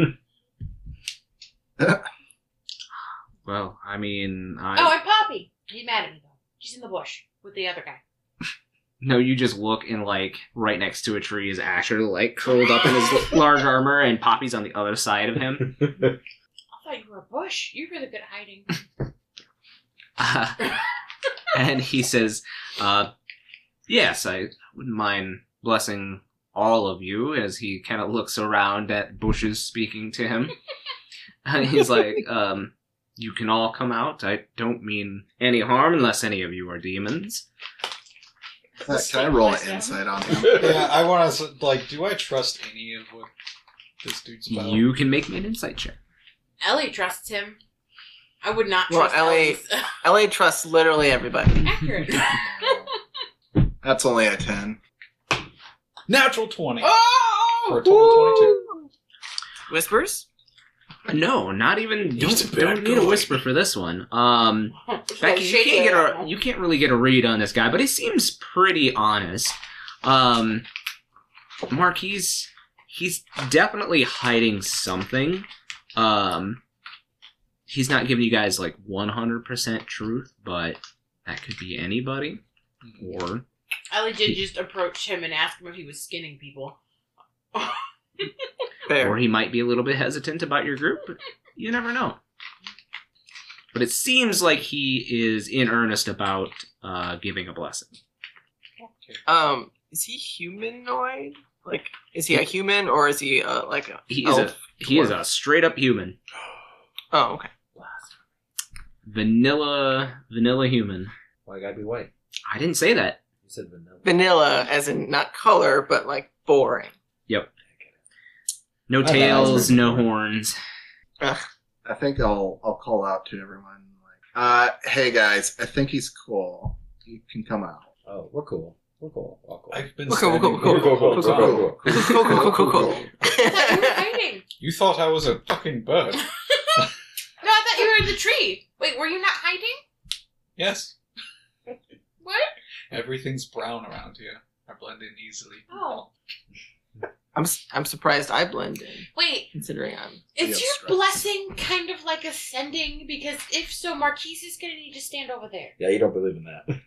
S1: Well, I mean,
S4: Oh,
S1: I
S4: and Poppy. He's mad at me though. She's in the bush with the other guy.
S1: no. You just look and like right next to a tree is Asher, like curled up in his l- large armor, and Poppy's on the other side of him.
S4: I thought you were a bush. You're really good at hiding.
S1: Uh, and he says, uh, "Yes, I wouldn't mind blessing all of you." As he kind of looks around at bushes speaking to him, and he's like, um, "You can all come out. I don't mean any harm, unless any of you are demons."
S5: Uh, can I roll an insight on him?
S9: yeah, I want to like. Do I trust any of what this dude's about?
S1: You can make me an insight check.
S4: Ellie trusts him. I would not
S6: Well,
S4: trust
S6: Ellie-
S4: Ellie's-
S6: LA trusts literally everybody.
S4: Accurate.
S5: That's only a 10.
S9: Natural twenty for
S4: oh!
S9: a total of twenty-two.
S6: Whispers?
S1: No, not even.
S9: He's
S1: Don't,
S9: a bad
S1: don't need a
S9: guy.
S1: whisper for this one. Um,
S4: Just
S1: Becky,
S4: like
S1: you
S4: shake
S1: can't
S4: it.
S1: get a you can't really get a read on this guy, but he seems pretty honest. Um, Mark, he's he's definitely hiding something. Um, he's not giving you guys like one hundred percent truth, but that could be anybody or
S4: Ellie did just approach him and ask him if he was skinning people.
S1: or
S6: Fair.
S1: he might be a little bit hesitant about your group. But you never know. But it seems like he is in earnest about uh, giving a blessing.
S6: Um, is he humanoid? Like, is he a human or is he uh, like a?
S1: He is
S4: Oh,
S1: a
S6: elf?
S1: he is a straight up human,
S6: Oh, okay.
S1: vanilla vanilla human.
S7: Why gotta be white?
S1: I didn't say that.
S7: You said vanilla.
S6: Vanilla, as in not color, but like boring.
S1: No
S7: thought I
S1: tails,
S7: Oh, was
S1: no horns.
S5: I think I'll I'll call out to everyone like, uh, hey guys, I think he's cool. You can come out.
S7: Oh, we're cool. We're cool. We're cool.
S9: I've been
S6: Cool, cool, cool,
S9: standing
S6: cool,
S9: here
S6: cool,
S9: the whole
S6: cool, cool,
S9: time.
S6: cool. Cool, cool, cool, cool, cool.
S4: I thought you were hiding.
S9: You thought I was a fucking bird.
S4: No, I thought you were in the tree. Wait, were you not hiding?
S9: yes.
S4: What?
S9: Everything's brown around here. I blend in easily.
S4: Oh.
S6: I'm s- I'm surprised I blend in,
S4: Wait,
S6: considering I'm.
S4: is
S5: Yeah,
S4: your
S5: stripes.
S4: blessing kind of like ascending? Because if so, Marquise is going to need to stand over there.
S7: Yeah, you don't believe in that. you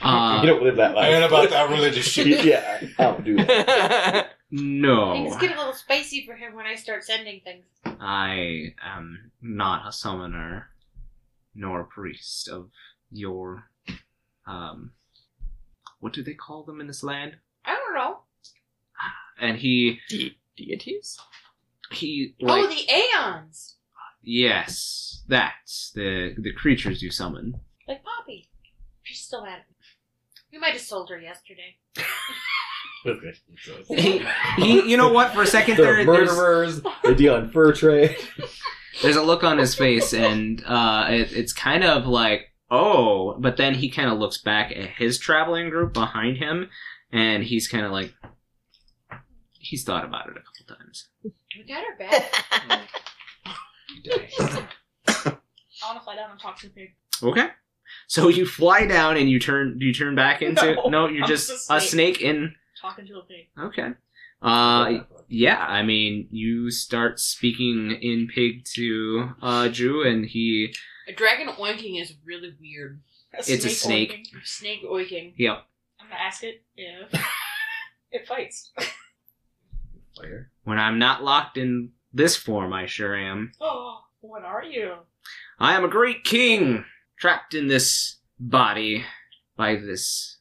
S1: Uh,
S7: don't believe that life.
S9: I heard about that religious shit.
S7: yeah, I don't do that.
S4: Things
S9: Oh.
S1: no,
S4: get a little spicy for him when I start sending things.
S1: I am not a summoner nor a priest of your um. What do they call them in this land?
S4: I don't know.
S1: And he
S6: De- deities?
S1: he like
S4: oh, the Aeons!
S1: yes, that's the the creatures you summon.
S4: Like Poppy. She's still at it. We might have sold her yesterday.
S1: He, he, you know what? For a second there,
S7: They're
S1: there's,
S7: murderers. They deal in fur trade.
S1: there's a look on his face, and uh, it, it's kind of like, oh, but then he kind of looks back at his traveling group behind him, and he's kind of like, he's thought about it a couple times.
S4: We got her back.
S2: I want to fly down and talk to the pig.
S1: Okay. So you fly down and you turn. Do you turn back into?
S2: No,
S1: you're
S2: I'm
S1: just
S2: just
S1: a
S2: a
S1: snake. in.
S2: Talking to a pig.
S1: Okay. Uh, yeah, I mean, you start speaking in pig to uh, Jew, and he
S4: A dragon oinking is really weird.
S1: It's a snake.
S2: oinking.
S4: Snake oinking.
S1: yeah.
S2: I'm gonna ask it if it fights.
S7: Fire.
S1: When I'm not locked in this form, I sure am.
S2: Oh, what are you?
S1: I am a great king, trapped in this body by this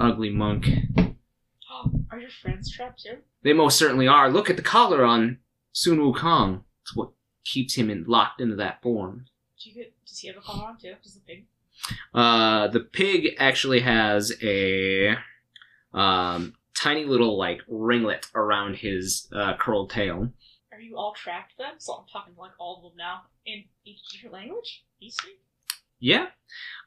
S1: ugly monk.
S2: Oh, are your friends trapped too?
S1: They most certainly are. Look at the collar on Sun Wukong. It's what keeps him in, locked into that form.
S2: Do you get, does he have a collar on too? Does the pig?
S1: Uh, the pig actually has a um, tiny little like ringlet around his uh, curled tail.
S2: Are you all trapped then? So I'm talking like all of them now in each different language. You see?
S1: Yeah.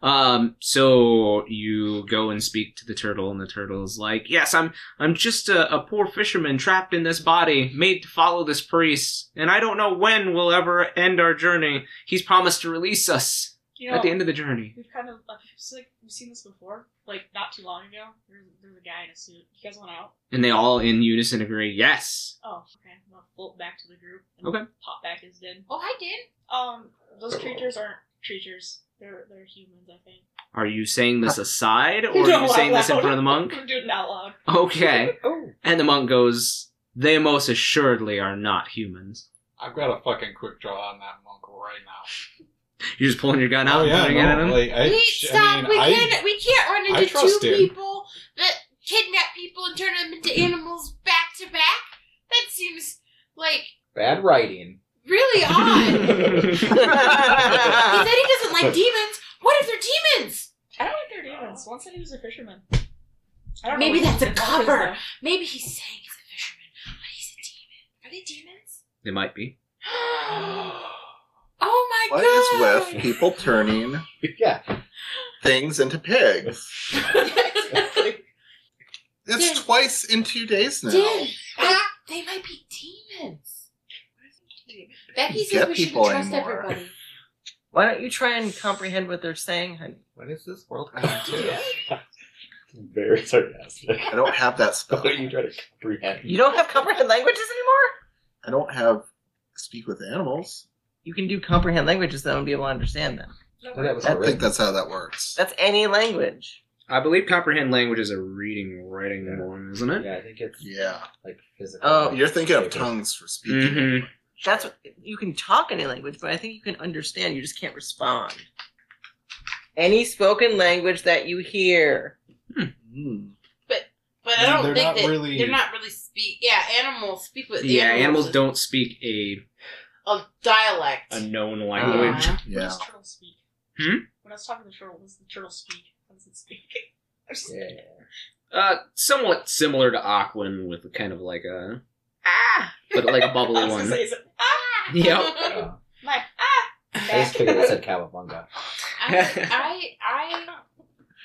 S1: Um, so you go and speak to the turtle, and the turtle's like, "Yes, I'm. I'm just a, a poor fisherman trapped in this body, made to follow this priest, and I don't know when we'll ever end our journey. He's promised to release us
S2: You know,
S1: at the end of the journey."
S2: we've kind of like, it's like we've seen this before. Like not too long ago, there's there's a guy in a suit. You guys went out.
S1: And they all in unison agree, "Yes."
S2: Oh, okay. I'm gonna float back to the group. And
S1: Okay.
S2: Pop back is dead.
S4: Oh, I did.
S2: Um, those creatures aren't creatures. They're they're humans, I think.
S1: Are you saying this aside, or
S2: No,
S1: are you
S2: out
S1: saying this in
S2: loud.
S1: front of the monk?
S2: I'm doing it out loud.
S1: Okay.
S7: Oh.
S1: And the monk goes, "They most assuredly are not humans."
S9: I've got a fucking quick draw on that monk right now.
S1: You're just pulling your gun out
S9: oh
S1: and
S9: yeah,
S1: putting it at
S9: no,
S1: him.
S9: like I,
S4: Wait,
S9: sh- I
S4: stop.
S9: mean,
S4: we
S9: I-
S4: can't. We can't run
S9: I
S4: into two
S9: trust him.
S4: people that kidnap people and turn them into animals back to back. That seems like
S7: Bad writing.
S4: really odd. he said he doesn't like demons. What if they're demons?
S2: I don't think they're demons. One said he was a fisherman. I
S4: Maybe
S2: what
S4: that's a
S2: his monk is,
S4: cover.
S2: though.
S4: Maybe he's saying he's a fisherman, but he's a demon. Are they demons?
S1: They might be.
S4: oh my
S5: What is
S4: god!
S5: with people turning
S7: yeah.
S5: things into pigs? It's
S4: Dude.
S5: twice in two days now.
S4: Dude, that- they might be demons. Becky says
S5: Get
S4: we should
S5: people
S4: trust
S5: anymore.
S4: everybody.
S6: Why don't you try and comprehend what they're saying, honey?
S9: When is this world coming to?
S7: Very sarcastic.
S5: I don't have that
S7: How
S5: spell.
S7: do you try to comprehend?
S6: You don't have comprehend languages anymore.
S5: I don't have speak with animals.
S6: You can do comprehend languages though and be able to understand them.
S7: Well, that was
S5: I don't think
S7: horrific.
S5: that's how that works.
S6: That's any language.
S1: I believe comprehend language is a reading, writing one, isn't it?
S7: Yeah, I think it's
S5: Yeah.
S7: like physical.
S6: Oh.
S5: You're thinking of tongues for speaking.
S1: Mhm.
S6: That's what you can talk any language, but I think you can understand. You just can't respond. Any spoken language that you hear.
S5: Mm.
S4: But
S9: I mean,
S4: I don't
S9: they're
S4: think
S9: not
S4: that
S9: really-
S4: they're not really speak. Yeah, animals speak with
S1: Yeah,
S4: animals,
S1: animals don't speak a,
S4: a dialect.
S1: a known language.
S4: Uh-huh.
S2: What
S5: Yeah.
S2: does turtle speak?
S1: Hmm?
S2: When I was talking to the turtle, what does the turtle speak? How does it speak? I was just-
S7: Yeah.
S1: Uh, somewhat similar to Aquan with kind of like a
S4: ah.
S1: but like a
S2: I
S1: bubbly
S2: was gonna
S1: one.
S2: say, is it,
S4: Uh-huh.
S2: ah!
S1: Yep.
S4: My ah.
S7: I just figured it said cowabunga.
S4: I, I, I.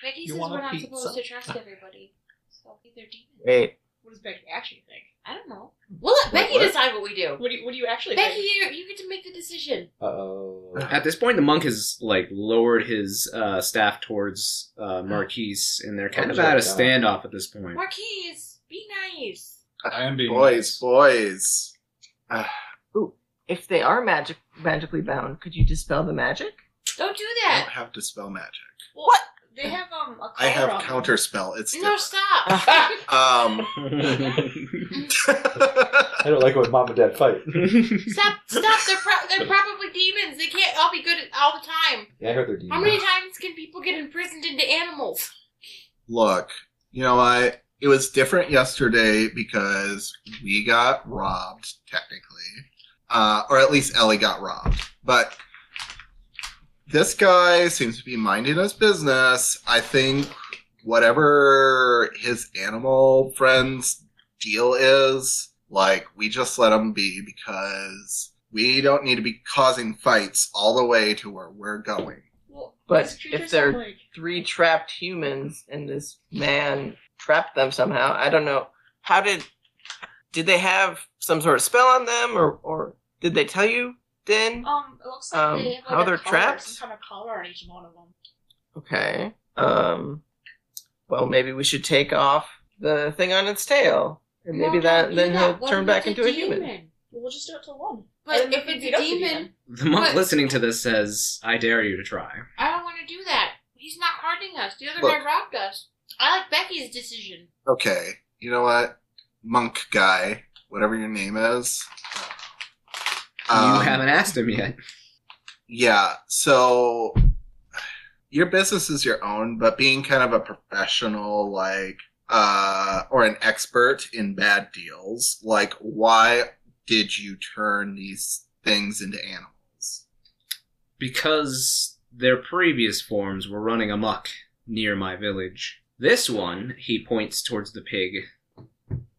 S4: Becky
S9: You
S4: says
S9: want
S4: we're
S9: a
S4: not
S9: pizza?
S4: supposed to trust everybody. So either demon.
S6: Wait.
S2: What does Becky actually think?
S4: I don't know. We'll let Becky decide what we do.
S2: What do you, what do you actually
S4: Becky,
S2: think?
S4: you, you get to make the decision.
S7: Uh oh.
S1: At this point, the monk has like lowered his uh, staff towards uh, Marquise, and they're kind of at a standoff at this point.
S4: Marquise, be nice.
S3: I am being
S5: Boys, boys.
S6: If they are magic magically bound, could you dispel the magic?
S4: Don't do
S5: I don't
S4: that.
S5: have to spell magic.
S2: What? They have um a color
S5: I have
S2: on them.
S5: counter spell. It's
S4: No,
S5: different.
S4: stop.
S5: Um,
S7: I don't like it when mom and dad fight.
S4: stop. Stop. They're pro- they're probably demons. They can't all be good at- all the time.
S7: Yeah, I heard they're demons.
S4: How many times can people get imprisoned into animals?
S5: look, you know, I it was different yesterday because we got robbed technically, uh, or at least Ellie got robbed. But this guy seems to be minding his business. I think whatever his animal friends deal is, like we just let him be because we don't need to be causing fights all the way to where we're going.
S2: Well,
S6: But
S2: these
S6: if
S2: creatures
S6: they're-
S2: have, like,
S6: Three trapped humans and this man trapped them somehow. I don't know. How did did they have some sort of spell on them or or did they tell you then?
S2: um, it looks like
S6: um,
S2: they have like,
S6: how
S2: a
S6: they're
S2: collar,
S6: trapped?
S2: Some kind of collar on each one of them.
S6: Okay. Um well maybe we should take off the thing on its tail. And maybe
S4: No, don't
S6: that
S4: do
S6: then
S4: that.
S6: he'll
S4: What
S6: turn
S4: if
S6: back
S4: it's
S6: into a human.
S2: Well, we'll just do it to one.
S4: But
S2: And then
S4: if
S2: we
S4: it's
S2: beat up
S4: a
S2: the
S4: demon,
S1: the monk
S4: What?
S1: listening to this says, "I dare you to try."
S4: I don't want to do that. He's not hurting us. The other
S5: Look.
S4: guy robbed us. I like Becky's decision.
S5: okay, you know what, monk guy, whatever your name is.
S1: you
S5: Um,
S1: haven't asked him yet.
S5: yeah, so your business is your own, but being kind of a professional, like, uh, or an expert in bad deals, like, why did you turn these things into animals?
S1: because their previous forms were running amok near my village. This one, he points towards the pig,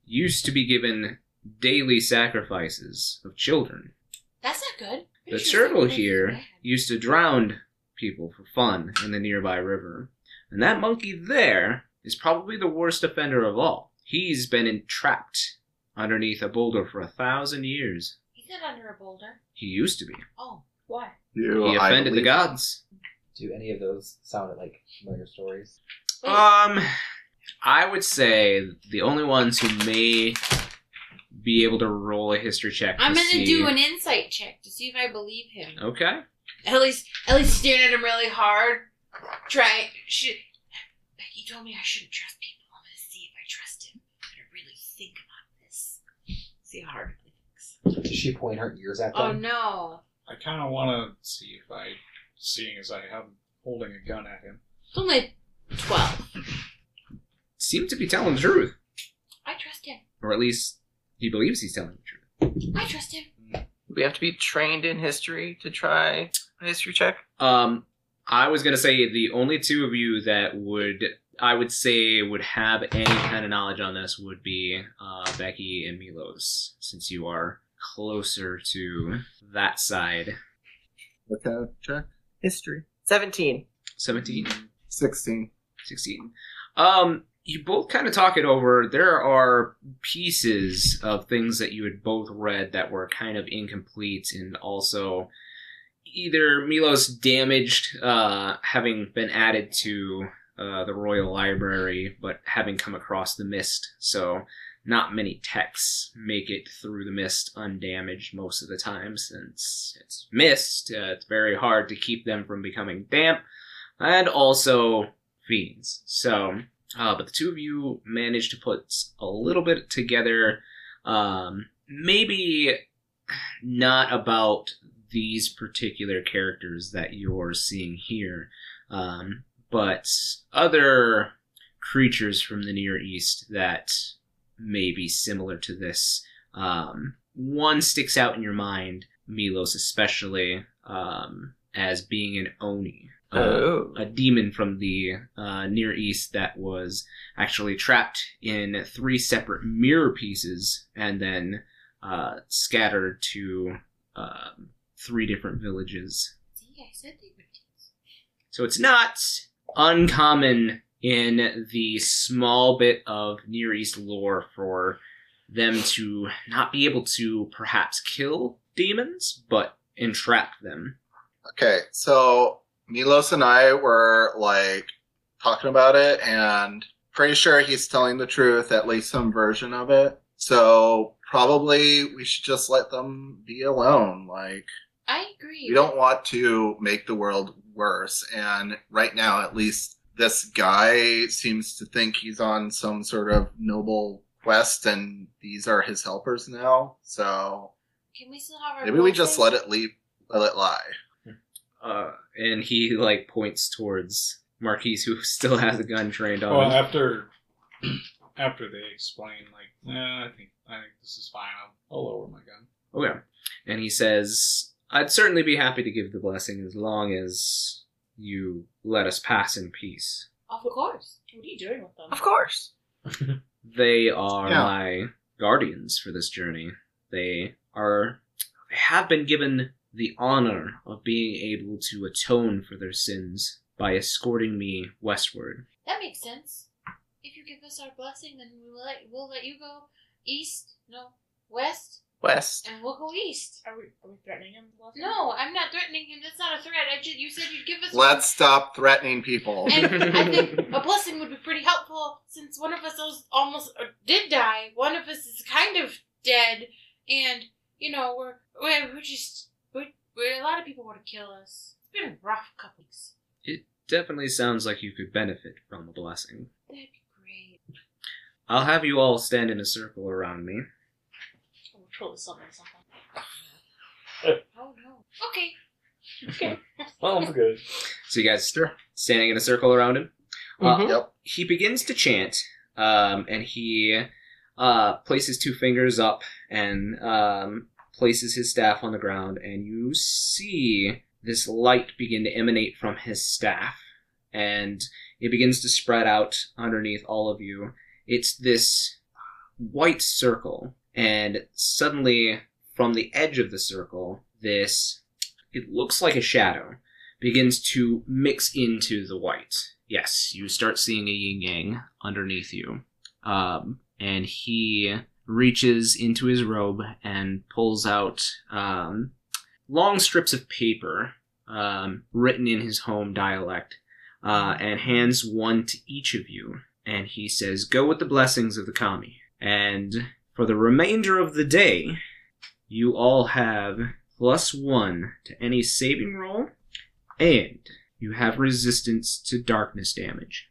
S1: used to be given daily sacrifices of children.
S4: That's not good.
S1: The
S4: She's
S1: turtle
S4: like, "This is
S1: here
S4: bad."
S1: used to drown people for fun in the nearby river. And that monkey there is probably the worst offender of all. He's been entrapped underneath a boulder for a thousand years.
S4: He's not under a boulder.
S1: He used to be.
S4: Oh,
S2: Why?
S5: You,
S1: he
S5: I
S1: offended the
S5: believe-
S1: gods.
S7: Do any of those sound like familiar stories?
S4: wait.
S1: Um, I would say the only ones who may be able to roll a history check.
S4: I'm
S1: to
S4: gonna
S1: see- Oh.
S4: do an insight check to see if I believe him.
S1: Okay.
S4: Ellie's Ellie's staring at him really hard. Trying, she. Becky told me I shouldn't trust people. I'm gonna see if I trust him. I'm gonna really think about this. See how hard he thinks.
S1: Um,
S7: Does she point her ears at
S4: Oh
S7: them?
S4: no!
S9: I kind of want to see if I, seeing as I have holding a gun at him.
S4: It's only twelve.
S1: Seems to be telling the truth,
S4: I trust him.
S1: or at least he believes he's telling the truth.
S4: I trust him.
S6: We have to be trained in history to try a history check.
S1: Um, I was gonna say the only two of you that would I would say would have any kind of knowledge on this would be uh, Becky and Milos, since you are closer to that side.
S5: What kind of check?
S6: History. Seventeen.
S1: 17.
S5: 16.
S1: 16. Um, you both kind of talk it over. There are pieces of things that you had both read that were kind of incomplete and also either Milos damaged, uh, having been added to uh, the Royal Library, but having come across the mist. So not many texts make it through the mist undamaged most of the time since it's mist. Uh, it's very hard to keep them from becoming damp. And also, fiends. So, uh, but the two of you managed to put a little bit together. Um, maybe not about these particular characters that you're seeing here, um, but other creatures from the Near East that may be similar to this. Um, one sticks out in your mind, Milos especially, um, as being an Oni. Uh,
S6: oh.
S1: a demon from the uh, Near East that was actually trapped in three separate mirror pieces and then uh, scattered to um three different villages
S4: See, I said they would tease.
S1: so it's not uncommon in the small bit of Near East lore for them to not be able to perhaps kill demons, but entrap them.
S5: Okay, so Milos and I were like talking about it, and pretty sure he's telling the truth, at least some version of it. So probably we should just let them be alone. Like,
S4: I agree.
S5: we don't want to make the world worse. And right now, at least, this guy seems to think he's on some sort of noble quest, and these are his helpers now. So
S4: Can we still have our?
S5: maybe we just let
S4: girlfriends?
S5: it leave, let it lie.
S1: Uh, and he like points towards Marquise, who still has a gun trained on
S9: Well,
S1: him.
S9: after after they explain, like, nah, I think I think this is fine. I'll, I'll lower my gun.
S1: Okay, and he says, "I'd certainly be happy to give the blessing as long as you let us pass in peace.
S4: Of course.
S2: What are you doing with them?
S6: Of course.
S1: They are
S5: Yeah.
S1: my guardians for this journey. They are they have been given the honor of being able to atone for their sins by escorting me westward.
S4: That makes sense. If you give us our blessing, then we'll let we'll let you go east. No, west,
S6: West.
S4: and we'll go east.
S2: Are we, are we threatening him? Bluffing?
S4: No, I'm not threatening him. That's not a threat. I just you said you'd give us.
S5: Let's stop threatening people.
S4: And I think a blessing would be pretty helpful since one of us al- almost uh, did die. One of us is kind of dead, and you know we're we're, we're just we're, we're, a lot of people want to kill us. It's been a rough couple weeks.
S1: Definitely sounds like you could benefit from a blessing.
S4: That'd be great.
S1: I'll have you all stand in a circle around me.
S2: We'll troll this up or something.
S4: Oh no. Okay.
S10: Well, I'm good.
S1: So you guys are standing in a circle around him. Uh,
S6: Mhm.
S5: Yep.
S1: he begins to chant, um, and he uh, places two fingers up and um, places his staff on the ground, and you see this light begin to emanate from his staff, and it begins to spread out underneath all of you. It's this white circle, and suddenly, from the edge of the circle, this it looks like a shadow begins to mix into the white. Yes, you start seeing a yin yang underneath you. Um, and he reaches into his robe and pulls out um, long strips of paper um, written in his home dialect uh, and hands one to each of you. And he says, Go with the blessings of the kami. And for the remainder of the day, you all have plus one to any saving roll and you have resistance to darkness damage.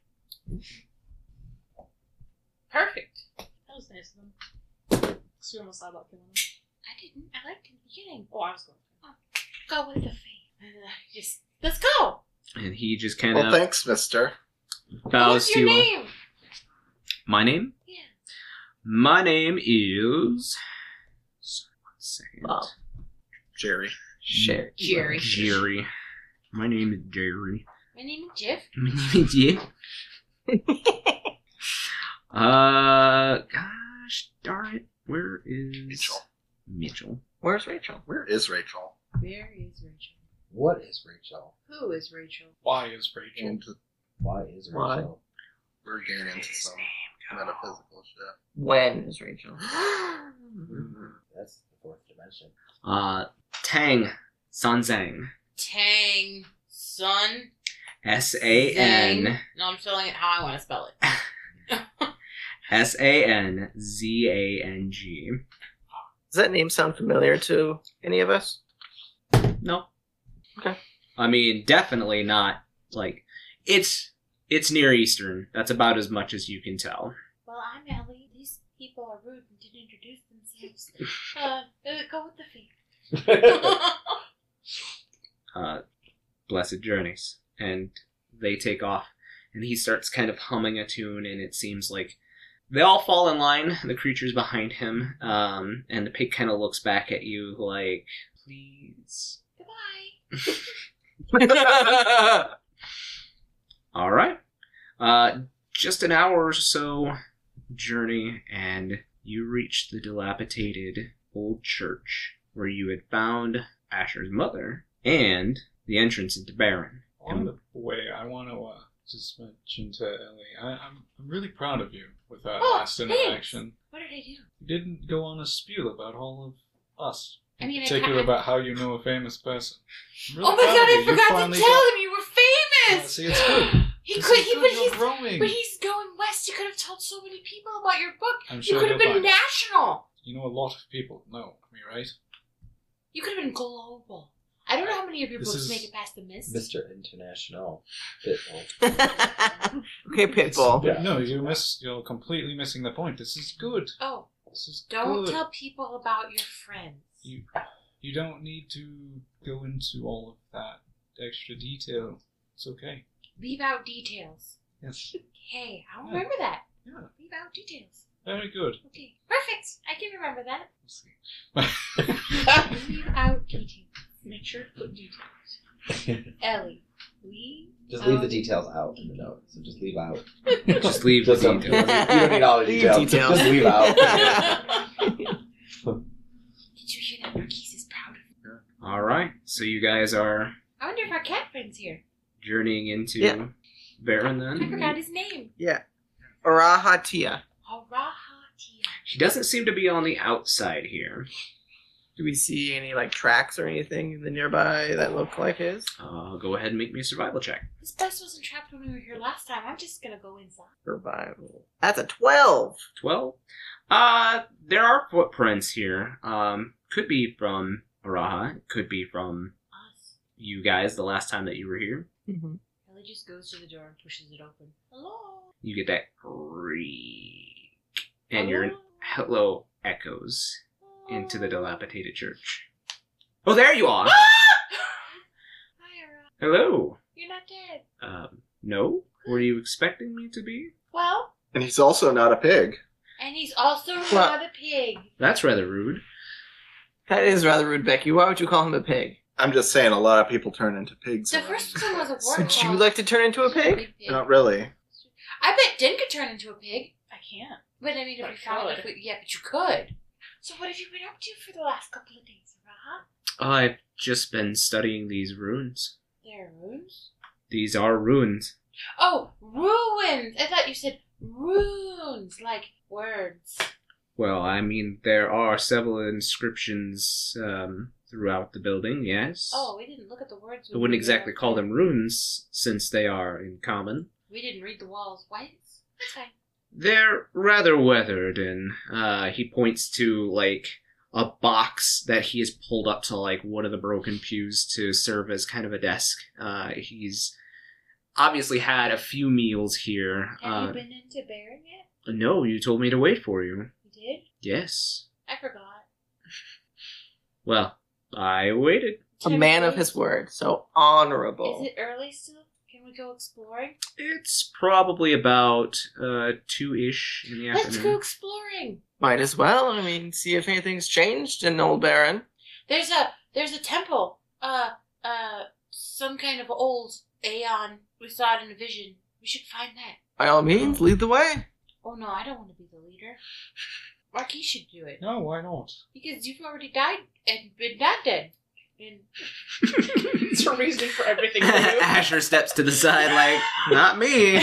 S4: Perfect.
S2: That was nice of them. Because we almost thought about killing him.
S4: I didn't. I liked in the beginning.
S2: Oh, I was going.
S4: Go with the fate. Just let's go.
S1: And he just kind
S5: Well,
S1: of
S5: thanks, mister.
S1: bows
S4: What's your
S1: to
S4: name?
S1: my name.
S4: Yeah.
S1: My name is. Sorry, one second.
S6: Bob.
S5: Jerry.
S6: Sherry.
S4: Jerry.
S1: Jerry. My name is Jerry.
S4: My name is Jeff.
S1: My name is Jerry. uh, gosh darn it! Where is
S5: Mitchell.
S1: Mitchell.
S6: Where's Rachel?
S5: Where is Rachel?
S4: Where is Rachel?
S7: What is Rachel?
S4: Who is Rachel?
S9: Why is Rachel?
S5: And
S7: Why is
S6: Why?
S7: Rachel?
S5: we're getting into some metaphysical shit.
S6: When is Rachel?
S7: That's the fourth dimension.
S1: Uh, Tang Sanzang.
S4: Tang Sun.
S1: S A N.
S4: Zang. No, I'm spelling it how I want to spell it.
S1: S A N Z A N G.
S6: Does that name sound familiar to any of us?
S1: No.
S6: Okay.
S1: I mean, definitely not like it's it's Near Eastern. That's about as much as you can tell.
S4: Well, I'm Ellie. These people are rude and didn't introduce themselves. uh, uh, go with the feet.
S1: Uh, blessed journeys, and they take off, and he starts kind of humming a tune, and it seems like they all fall in line. The creatures behind him, um, and the pig kind of looks back at you like, "Please."
S4: Goodbye.
S1: All right. Uh, just an hour or so journey, and you reach the dilapidated old church where you had found Asher's mother and the entrance into Baron.
S9: On the way, I want to uh, just mention to Ellie, I, I'm, I'm really proud of you with that
S4: Oh,
S9: last
S4: thanks.
S9: interaction.
S4: What did I do?
S9: You didn't go on a spew about all of us.
S4: I mean, I
S9: particular
S4: kinda-
S9: about how you know a famous person. I'm
S4: oh
S9: really
S4: my
S9: proud
S4: god,
S9: of you.
S4: I
S9: You
S4: forgot
S9: finally
S4: to tell
S9: got-
S4: him you were
S9: Yeah,
S4: famous.
S9: see, it's good.
S4: He
S9: This
S4: could,
S9: is
S4: he,
S9: good,
S4: but
S9: you're
S4: he's
S9: growing.
S4: but he's going west. You could have told so many people about your book.
S9: I'm
S4: You
S9: sure
S4: could have
S9: he'll
S4: been
S9: find it.
S4: national.
S9: You know a lot of people know me, right?
S4: You could have been global. I don't know how many of your
S9: This
S4: books
S9: is-
S4: make it past the mist.
S7: Mr. International Pitbull.
S6: okay, Pitbull.
S7: Yeah.
S9: No, you miss. You're completely missing the point. This is good.
S4: Oh,
S9: This is
S4: don't
S9: good.
S4: tell people about your friends.
S9: You, you don't need to go into all of that extra detail. It's okay.
S4: Leave out details.
S9: Yes.
S4: Okay, I'll
S9: Yeah.
S4: remember that.
S9: Yeah.
S4: Leave out details.
S9: Very good.
S4: Okay, perfect. I can remember that.
S9: Let's see.
S4: Leave out details.
S2: Make sure to put details.
S4: Ellie, leave.
S7: Just leave the
S4: out-
S7: details out in the note. So just leave out.
S1: Just leave
S7: Just
S1: the
S7: don't-
S1: details.
S7: You don't need all the
S6: Leave
S7: details.
S6: details.
S7: Just leave out.
S4: Did you hear that? Marquise is proud of me.
S1: All right, so you guys are
S4: I wonder if our cat friend's here.
S1: journeying into
S6: Yeah.
S1: Baron then.
S4: I forgot his name.
S6: Yeah. Arahatia.
S4: Harahatia.
S1: She doesn't seem to be on the outside here.
S6: Do we see any like tracks or anything in the nearby that look like his?
S1: Uh, go ahead and make me a survival check.
S4: This place wasn't trapped when we were here last time. I'm just gonna go inside.
S6: Survival. That's a twelve.
S1: Twelve. Uh, there are footprints here. Um, could be from Araha. Could be from
S4: Us.
S1: you guys the last time that you were here.
S6: Mm-hmm.
S4: Ellie just goes to the door and pushes it open. Hello.
S1: You get that creak, and your hello echoes into the dilapidated church. Oh, there you are.
S4: Ah! Hi, Ara.
S1: Hello.
S4: You're not dead.
S1: Um, no. Were you expecting me to be?
S4: Well,
S5: And he's also not a pig.
S4: and he's also
S6: Well-
S4: not a pig.
S1: That's rather rude.
S6: That is rather rude, Becky. Why would you call him a pig?
S5: I'm just saying a lot of people turn into pigs.
S4: The
S5: around
S4: first
S5: these
S4: one was a
S5: parts.
S4: warthog.
S6: Would you like to turn into a pig?
S4: Big pig.
S5: Not really.
S4: I bet Din could turn into a pig.
S2: I can't.
S4: But I mean, if
S2: I
S4: we found
S2: could.
S4: if we, yeah, but you could. So what have you been up to for the last couple of days, Ara?
S1: I've just been studying these runes.
S4: There are runes.
S1: These are runes.
S4: Oh, ruins! I thought you said runes, like words.
S1: Well, I mean, there are several inscriptions um, throughout the building, yes.
S4: Oh, we didn't look at the words.
S1: I
S4: when
S1: wouldn't
S4: we were-
S1: exactly call them runes since they are in common.
S4: We didn't read the walls. Why? That's fine.
S1: They're rather weathered, and uh, he points to, like, a box that he has pulled up to, like, one of the broken pews to serve as kind of a desk. Uh, he's obviously had a few meals here.
S4: Have
S1: uh,
S4: you been into Baron yet?
S1: No, you told me to wait for you.
S4: You did?
S1: Yes.
S4: I forgot.
S1: Well, I waited.
S6: A
S4: Did
S6: man
S4: we-
S6: of his word, so
S4: Is
S6: honorable.
S4: it early still? Can we go exploring?
S1: It's probably about uh two ish in the
S4: Let's go
S1: afternoon.
S4: exploring.
S6: Might as well. I mean, see if anything's changed in Old Baron.
S4: There's a there's a temple. Uh uh some kind of old aeon. We saw it in a vision. We should find that.
S6: By all means, lead the way.
S4: Oh no, I don't want to be the leader. Marquis should do it.
S9: No, why not?
S4: Because you've already died and been not dead. And
S2: It's her reasoning for everything we do.
S1: Asher steps to the side, like not me.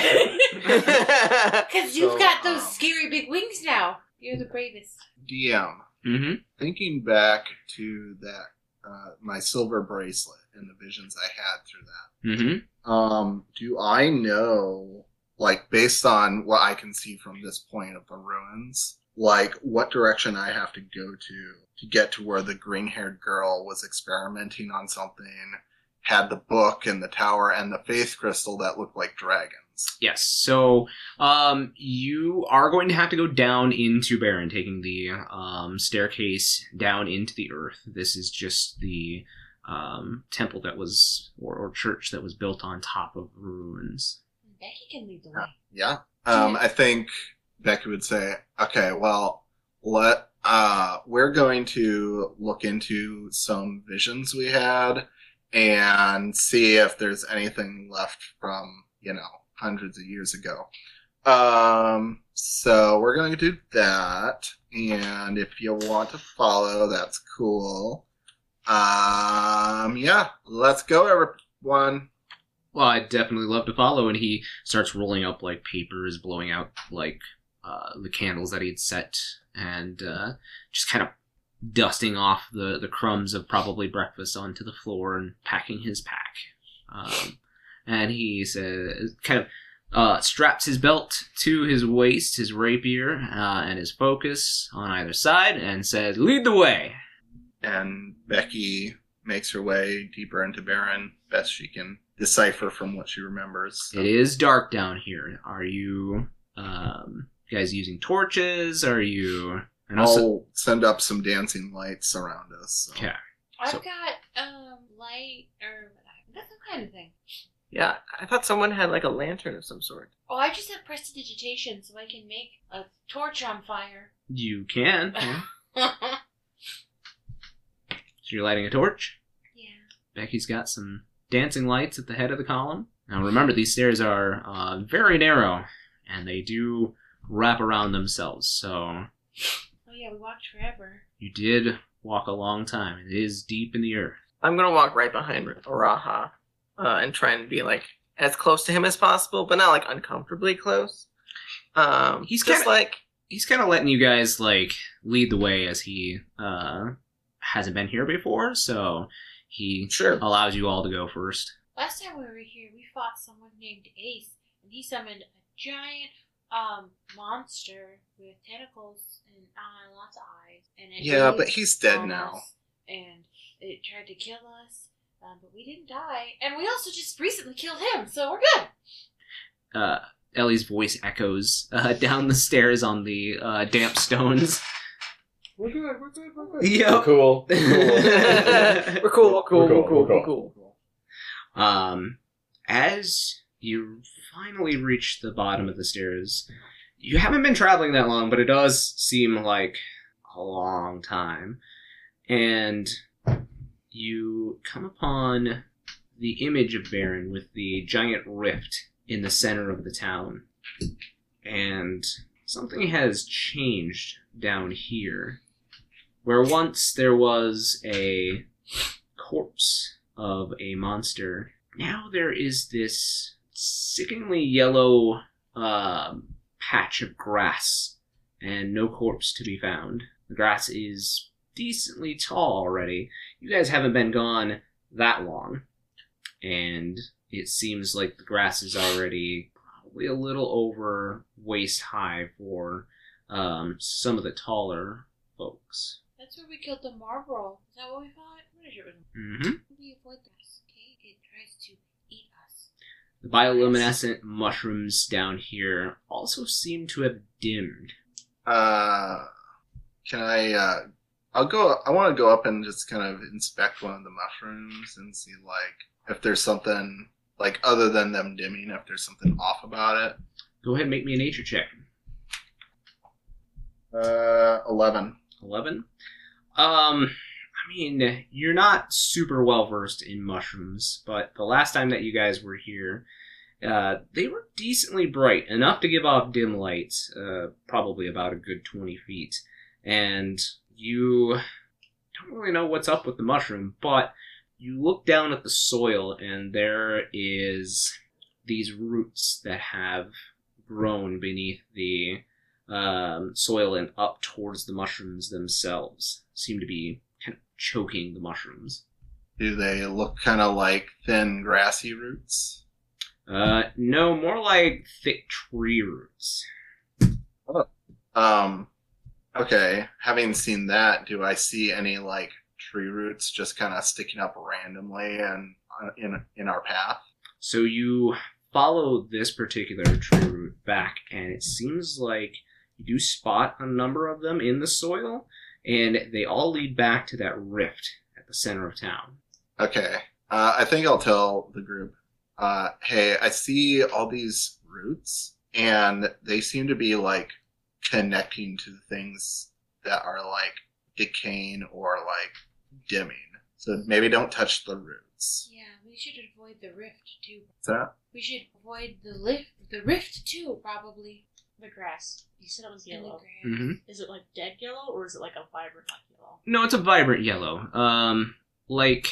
S4: because
S5: So,
S4: you've got those
S5: um,
S4: scary big wings now. You're the bravest.
S5: DM.
S1: hmm
S5: Thinking back to that, uh, my silver bracelet and the visions I had through that.
S1: hmm
S5: um do i know like based on what i can see from this point of the ruins like what direction i have to go to to get to where the green haired girl was experimenting on something had the book and the tower and the faith crystal that looked like dragons
S1: Yes. So, um, you are going to have to go down into Baron, taking the um staircase down into the earth. This is just the um temple that was or, or church that was built on top of ruins.
S4: Becky can lead the way.
S5: yeah
S4: Yeah.
S5: um i think becky would say okay well let uh we're going to look into some visions we had and see if there's anything left from you know hundreds of years ago Um, so we're going to do that. And if you want to follow, that's cool. Um, yeah, let's go, everyone.
S1: Well, I'd definitely love to follow. And he starts rolling up like papers, blowing out like uh, the candles that he'd set, and uh, just kind of dusting off the, the crumbs of probably breakfast onto the floor and packing his pack. Um, and he says, kind of uh, straps his belt to his waist, his rapier, uh, and his focus on either side, and says, Lead the way!
S5: And Becky makes her way deeper into Baron, best she can decipher from what she remembers.
S1: It is dark down here. Are you um, you guys using torches? Are you. And also,
S5: I'll send up some dancing lights around us. so.
S1: okay.
S4: I've
S1: So-
S4: got um light or that's some kind of thing.
S6: Yeah, I thought someone had like a lantern of some sort.
S4: Oh, I just have prestidigitation, so I can make a torch on fire.
S1: You can. yeah.
S4: yeah.
S1: So you're lighting a torch? Becky's got some dancing lights at the head of the column. Now remember, these stairs are uh, very narrow, and they do wrap around themselves. So
S4: Oh yeah, we walked forever.
S1: you did walk a long time. It is deep in the earth.
S6: I'm gonna walk right behind Raha uh, and try and be like as close to him as possible, but not like uncomfortably close. Um,
S1: He's
S6: he's just
S1: kinda-
S6: like
S1: He's kind of letting you guys like lead the way as he uh, hasn't been here before, so he
S6: sure.
S1: allows you all to go first.
S4: Last time we were here, we fought someone named Ace, and he summoned a giant um monster with tentacles and uh, lots of eyes. And it
S5: Yeah,
S4: ate
S5: but he's dead
S4: on
S5: now.
S4: us, and it tried to kill us, um, but we didn't die. And we also just recently killed him, so we're good.
S1: Uh, Ellie's voice echoes uh, down the stairs on the uh, damp stones.
S7: We're good. We're good. We're good.
S10: We're
S1: Yep.
S10: cool.
S6: we're cool, we're cool, we're cool, we're cool.
S1: Um, as you finally reach the bottom of the stairs, you haven't been traveling that long, but it does seem like a long time. And you come upon the image of Baron with the giant rift in the center of the town. And something has changed down here. Where once there was a corpse of a monster. Now there is this sickeningly yellow um patch of grass and no corpse to be found. The grass is decently tall already. You guys haven't been gone that long, and it seems like the grass is already probably a little over waist high for um, some of the taller folks.
S4: That's where we killed the Marlboro. Is that what we fought? I'm pretty sure it was.
S1: hmm
S4: We avoid this. Okay, it tries to eat us.
S1: The bioluminescent mushrooms down here also seem to have dimmed.
S5: Uh, can I? Uh, I'll go. I want to go up and just kind of inspect one of the mushrooms and see like if there's something like other than them dimming, if there's something off about
S1: Go ahead and make me a nature check.
S5: it. Uh, eleven.
S1: 11. Um, I mean, you're not super well versed in mushrooms, but the last time that you guys were here, uh, they were decently bright, enough to give off dim light, uh, probably about a good 20 feet. And you don't really know what's up with the mushroom, but you look down at the soil and there is these roots that have grown beneath the um, soil and up towards the mushrooms themselves seem to be kind of choking the mushrooms.
S5: Do they look kind of like thin grassy roots?
S1: Uh, no, more like thick tree roots.
S5: Um, okay. Having seen that, do I see any like tree roots just kind of sticking up randomly and uh, in in our path?
S1: So you follow this particular tree root back, and it seems like you do spot a number of them in the soil, and they all lead back to that rift at the center of town.
S5: Okay. Uh, I think I'll tell the group. Uh, hey, I see all these roots, and they seem to be like connecting to things that are like decaying or like dimming. So maybe don't touch the roots.
S4: Yeah, we We should avoid the rift too.
S5: What's that?
S4: We should avoid the lift, the rift too, probably.
S2: The grass. You said it was
S4: And the
S2: yellow.
S4: grass.
S1: Mm-hmm.
S2: Is it like dead yellow or is it like a vibrant like yellow?
S1: No, it's a vibrant yellow. Um, like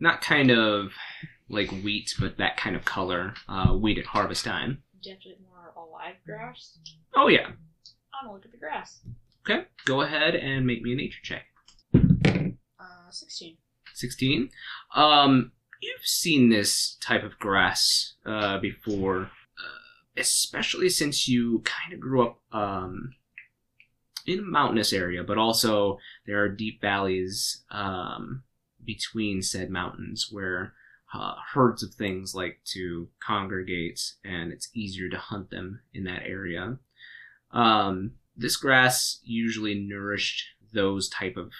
S1: not kind of like wheat, but that kind of color. Uh, wheat at harvest time.
S2: Definitely more alive grass.
S1: Oh yeah.
S2: I'm gonna look at the grass.
S1: Okay. Go ahead and make me a nature check.
S2: Uh, 16.
S1: 16. Um, you've seen this type of grass uh, before, uh, especially since you kind of grew up um, in a mountainous area, but also there are deep valleys um, between said mountains where uh, herds of things like to congregate and it's easier to hunt them in that area. Um, this grass usually nourished those type of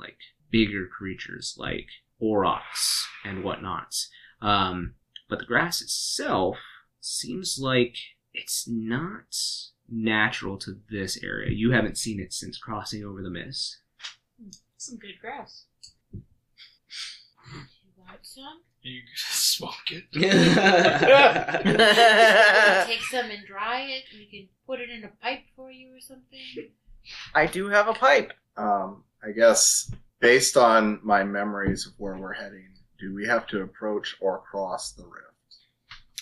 S1: like bigger creatures like aurochs and whatnot. Um, but the grass itself seems like it's not natural to this area. You haven't seen it since crossing over the mist.
S2: Some good grass.
S4: You want some?
S9: Are you gonna smoke it?
S4: We
S6: I
S4: can take some and dry it. We can put it in a pipe for you or something.
S6: do have a pipe.
S5: Um, I guess based on my memories of where we're heading, do we have to approach or cross the rift?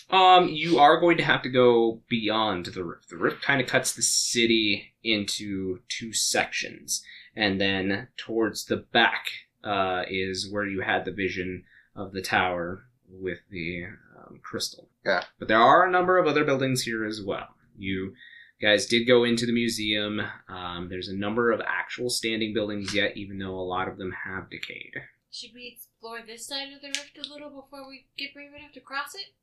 S1: Um, you are going to have to go beyond the rift. The rift kind of cuts the city into two sections, and then towards the back uh, is where you had the vision of the tower with the um, crystal.
S5: Yeah.
S1: But there are a number of other buildings here as well. You guys did go into the museum. Um, there's a number of actual standing buildings yet, even though a lot of them have decayed.
S4: Should we explore this side of the rift a little before we get brave enough to cross it?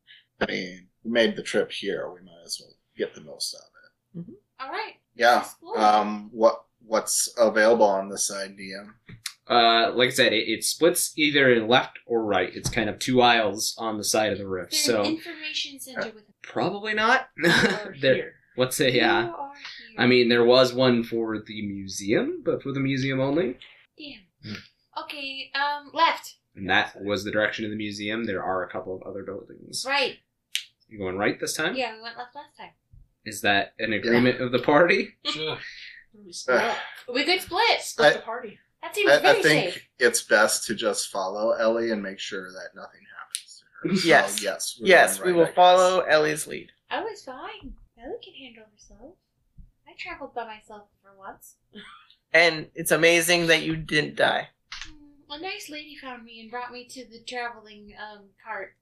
S5: I mean, we made the trip here. We might as well get the most out of it.
S4: All right.
S5: Yeah.
S4: Explore.
S5: Um, what what's available on this side, DM?
S1: uh, like I said, it, it splits either in left or right. It's kind of two aisles on the side of the rift.
S4: There's
S1: So
S4: an information center with a
S1: probably not.
S2: Or
S1: there,
S2: here.
S1: what's it? Yeah.
S4: You are here.
S1: I mean, there was one for the museum, but for the museum only.
S4: damn.
S9: Hmm.
S4: Okay. Um, left,
S1: And that was the direction of the museum. There are a couple of other buildings.
S4: right.
S1: You going right this time?
S4: Yeah, we went left last time.
S1: Is that an agreement of the party?
S9: Sure.
S2: What do we split
S6: Uh,
S2: up?
S4: We could split.
S2: Split
S5: I-
S2: the party.
S4: That seems
S5: I,
S4: very
S5: I think
S4: safe.
S5: it's best to just follow Ellie and make sure that nothing happens to her. So,
S6: Yes.
S5: yes. we're
S6: yes,
S5: going
S6: we
S5: right,
S6: will
S5: I guess.
S6: follow Ellie's lead.
S4: I was fine. Ellie can handle herself. I traveled by myself for once.
S6: And it's amazing that you didn't die.
S4: Hmm, A nice lady found me and brought me to the traveling um cart.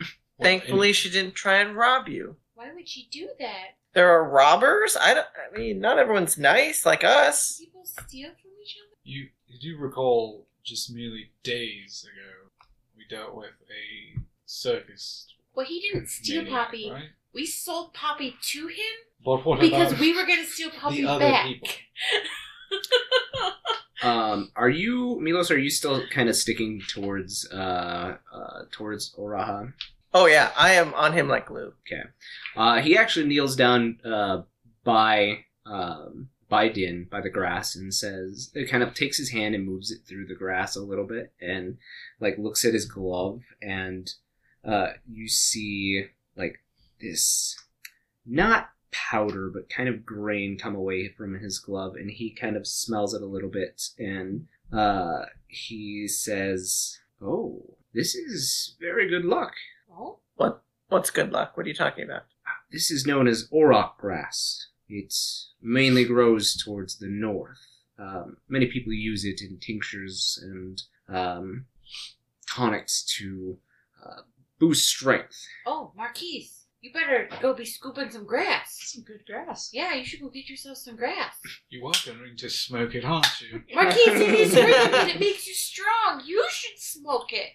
S9: Well,
S6: Thankfully, she didn't try and rob you.
S4: Why would she do that?
S6: There are robbers. I don't. I mean, not everyone's nice like us.
S4: People steal from each other.
S9: You you do recall just merely days ago we dealt with a circus.
S4: Well, he didn't steal
S9: maniac,
S4: Poppy.
S9: right?
S4: We sold Poppy to him
S9: But what
S4: because
S9: about
S4: we were gonna steal Poppy
S9: the other
S4: back.
S9: people?
S1: Um, are you Milos? Are you still kind of sticking towards uh, uh, towards Oraha?
S6: Oh yeah, I am on him like glue.
S1: Uh, he actually kneels down uh, by um, by Din by the grass and says, it kind of takes his hand and moves it through the grass a little bit and like looks at his glove and uh, you see like this not powder but kind of grain come away from his glove and he kind of smells it a little bit and uh, he says, "Oh, this is very good luck."
S4: Oh,
S6: What? What's good luck? What are you talking about?
S1: This is known as auroch grass. It mainly grows towards the north. Um, many people use it in tinctures and um, tonics to uh, boost strength.
S4: oh, Marquise, you better go be scooping some grass.
S2: Some good grass.
S4: Yeah, you should go get yourself some grass.
S9: You are going to smoke it, aren't you?
S4: Marquise, it is green and it makes you strong. You should smoke it.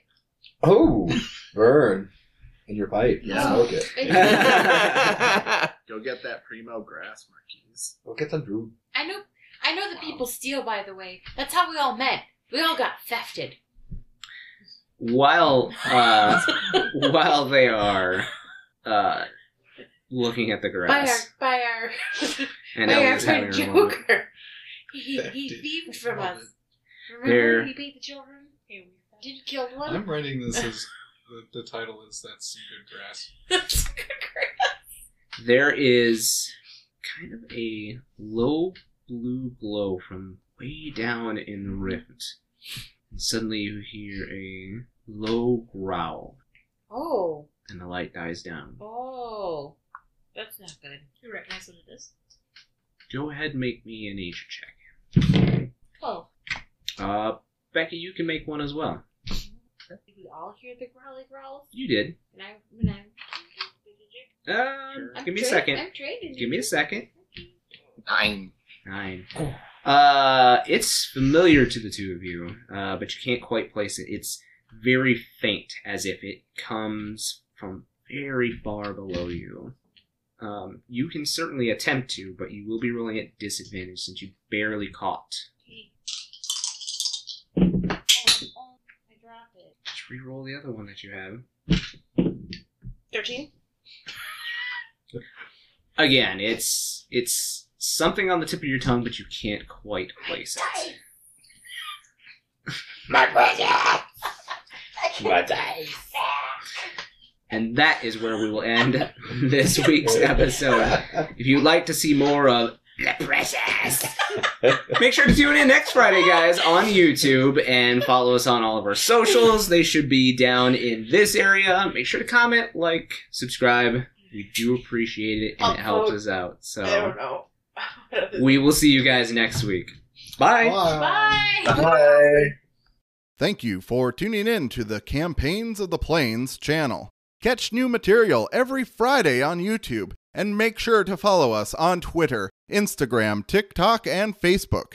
S7: Oh, burn in your pipe.
S5: Yeah.
S7: Smoke it.
S4: It's-
S5: Go get that primo grass, Marquise.
S7: Go get some brew.
S4: I know, I know that people steal. By the way, that's how we all met. We all got thefted.
S1: While uh, while they are uh, looking at the grass,
S4: By our, by our,
S1: and
S4: by our
S1: Ellie's
S4: friend
S1: having her moment.
S4: Joker. He, he
S9: Thefted.
S4: thieved from us.
S9: Love
S4: Remember
S1: There-
S4: when he beat the children?
S2: Hey, we
S4: Did you kill one?
S9: I'm writing this as the, the title is That's Some Good Grass.
S1: There is kind of a low blue glow from way down in the rift. And suddenly you hear a low growl,
S4: oh.
S1: and the light dies down.
S4: Oh. That's not good.
S2: You recognize what it is?
S1: Go ahead, make me a nature check.
S4: Oh.
S1: Uh, Becky, you can make one as well.
S4: Did we all hear the growly growls?
S1: You did.
S4: And I, when I,
S1: Um,
S4: I'm
S1: give me a
S4: tra-
S1: second.
S4: I'm trading.
S1: Give me a second.
S5: Nine.
S1: Nine. Uh, it's familiar to the two of you, uh, but you can't quite place it. It's very faint, as if it comes from very far below you. Um, you can certainly attempt to, but you will be rolling at disadvantage since you barely caught.
S4: Oh, oh, I dropped it.
S1: Just re-roll the other one that you have.
S2: 13?
S1: Again, it's it's something on the tip of your tongue, but you can't quite place it.
S4: My brother!
S10: My
S1: And that is where we will end this week's episode. If you'd like to see more of The Precious, make sure to tune in next Friday, guys, on YouTube and follow us on all of our socials. They should be down in this area. Make sure to comment, like, subscribe. We do appreciate it, and it helps us out.
S6: I
S1: So
S6: don't know.
S1: we will see you guys next week. Bye.
S4: Bye!
S5: Thank you for tuning in to the Campaigns of the Plains channel. Catch new material every Friday on YouTube and make sure to follow us on Twitter, Instagram, TikTok, and Facebook.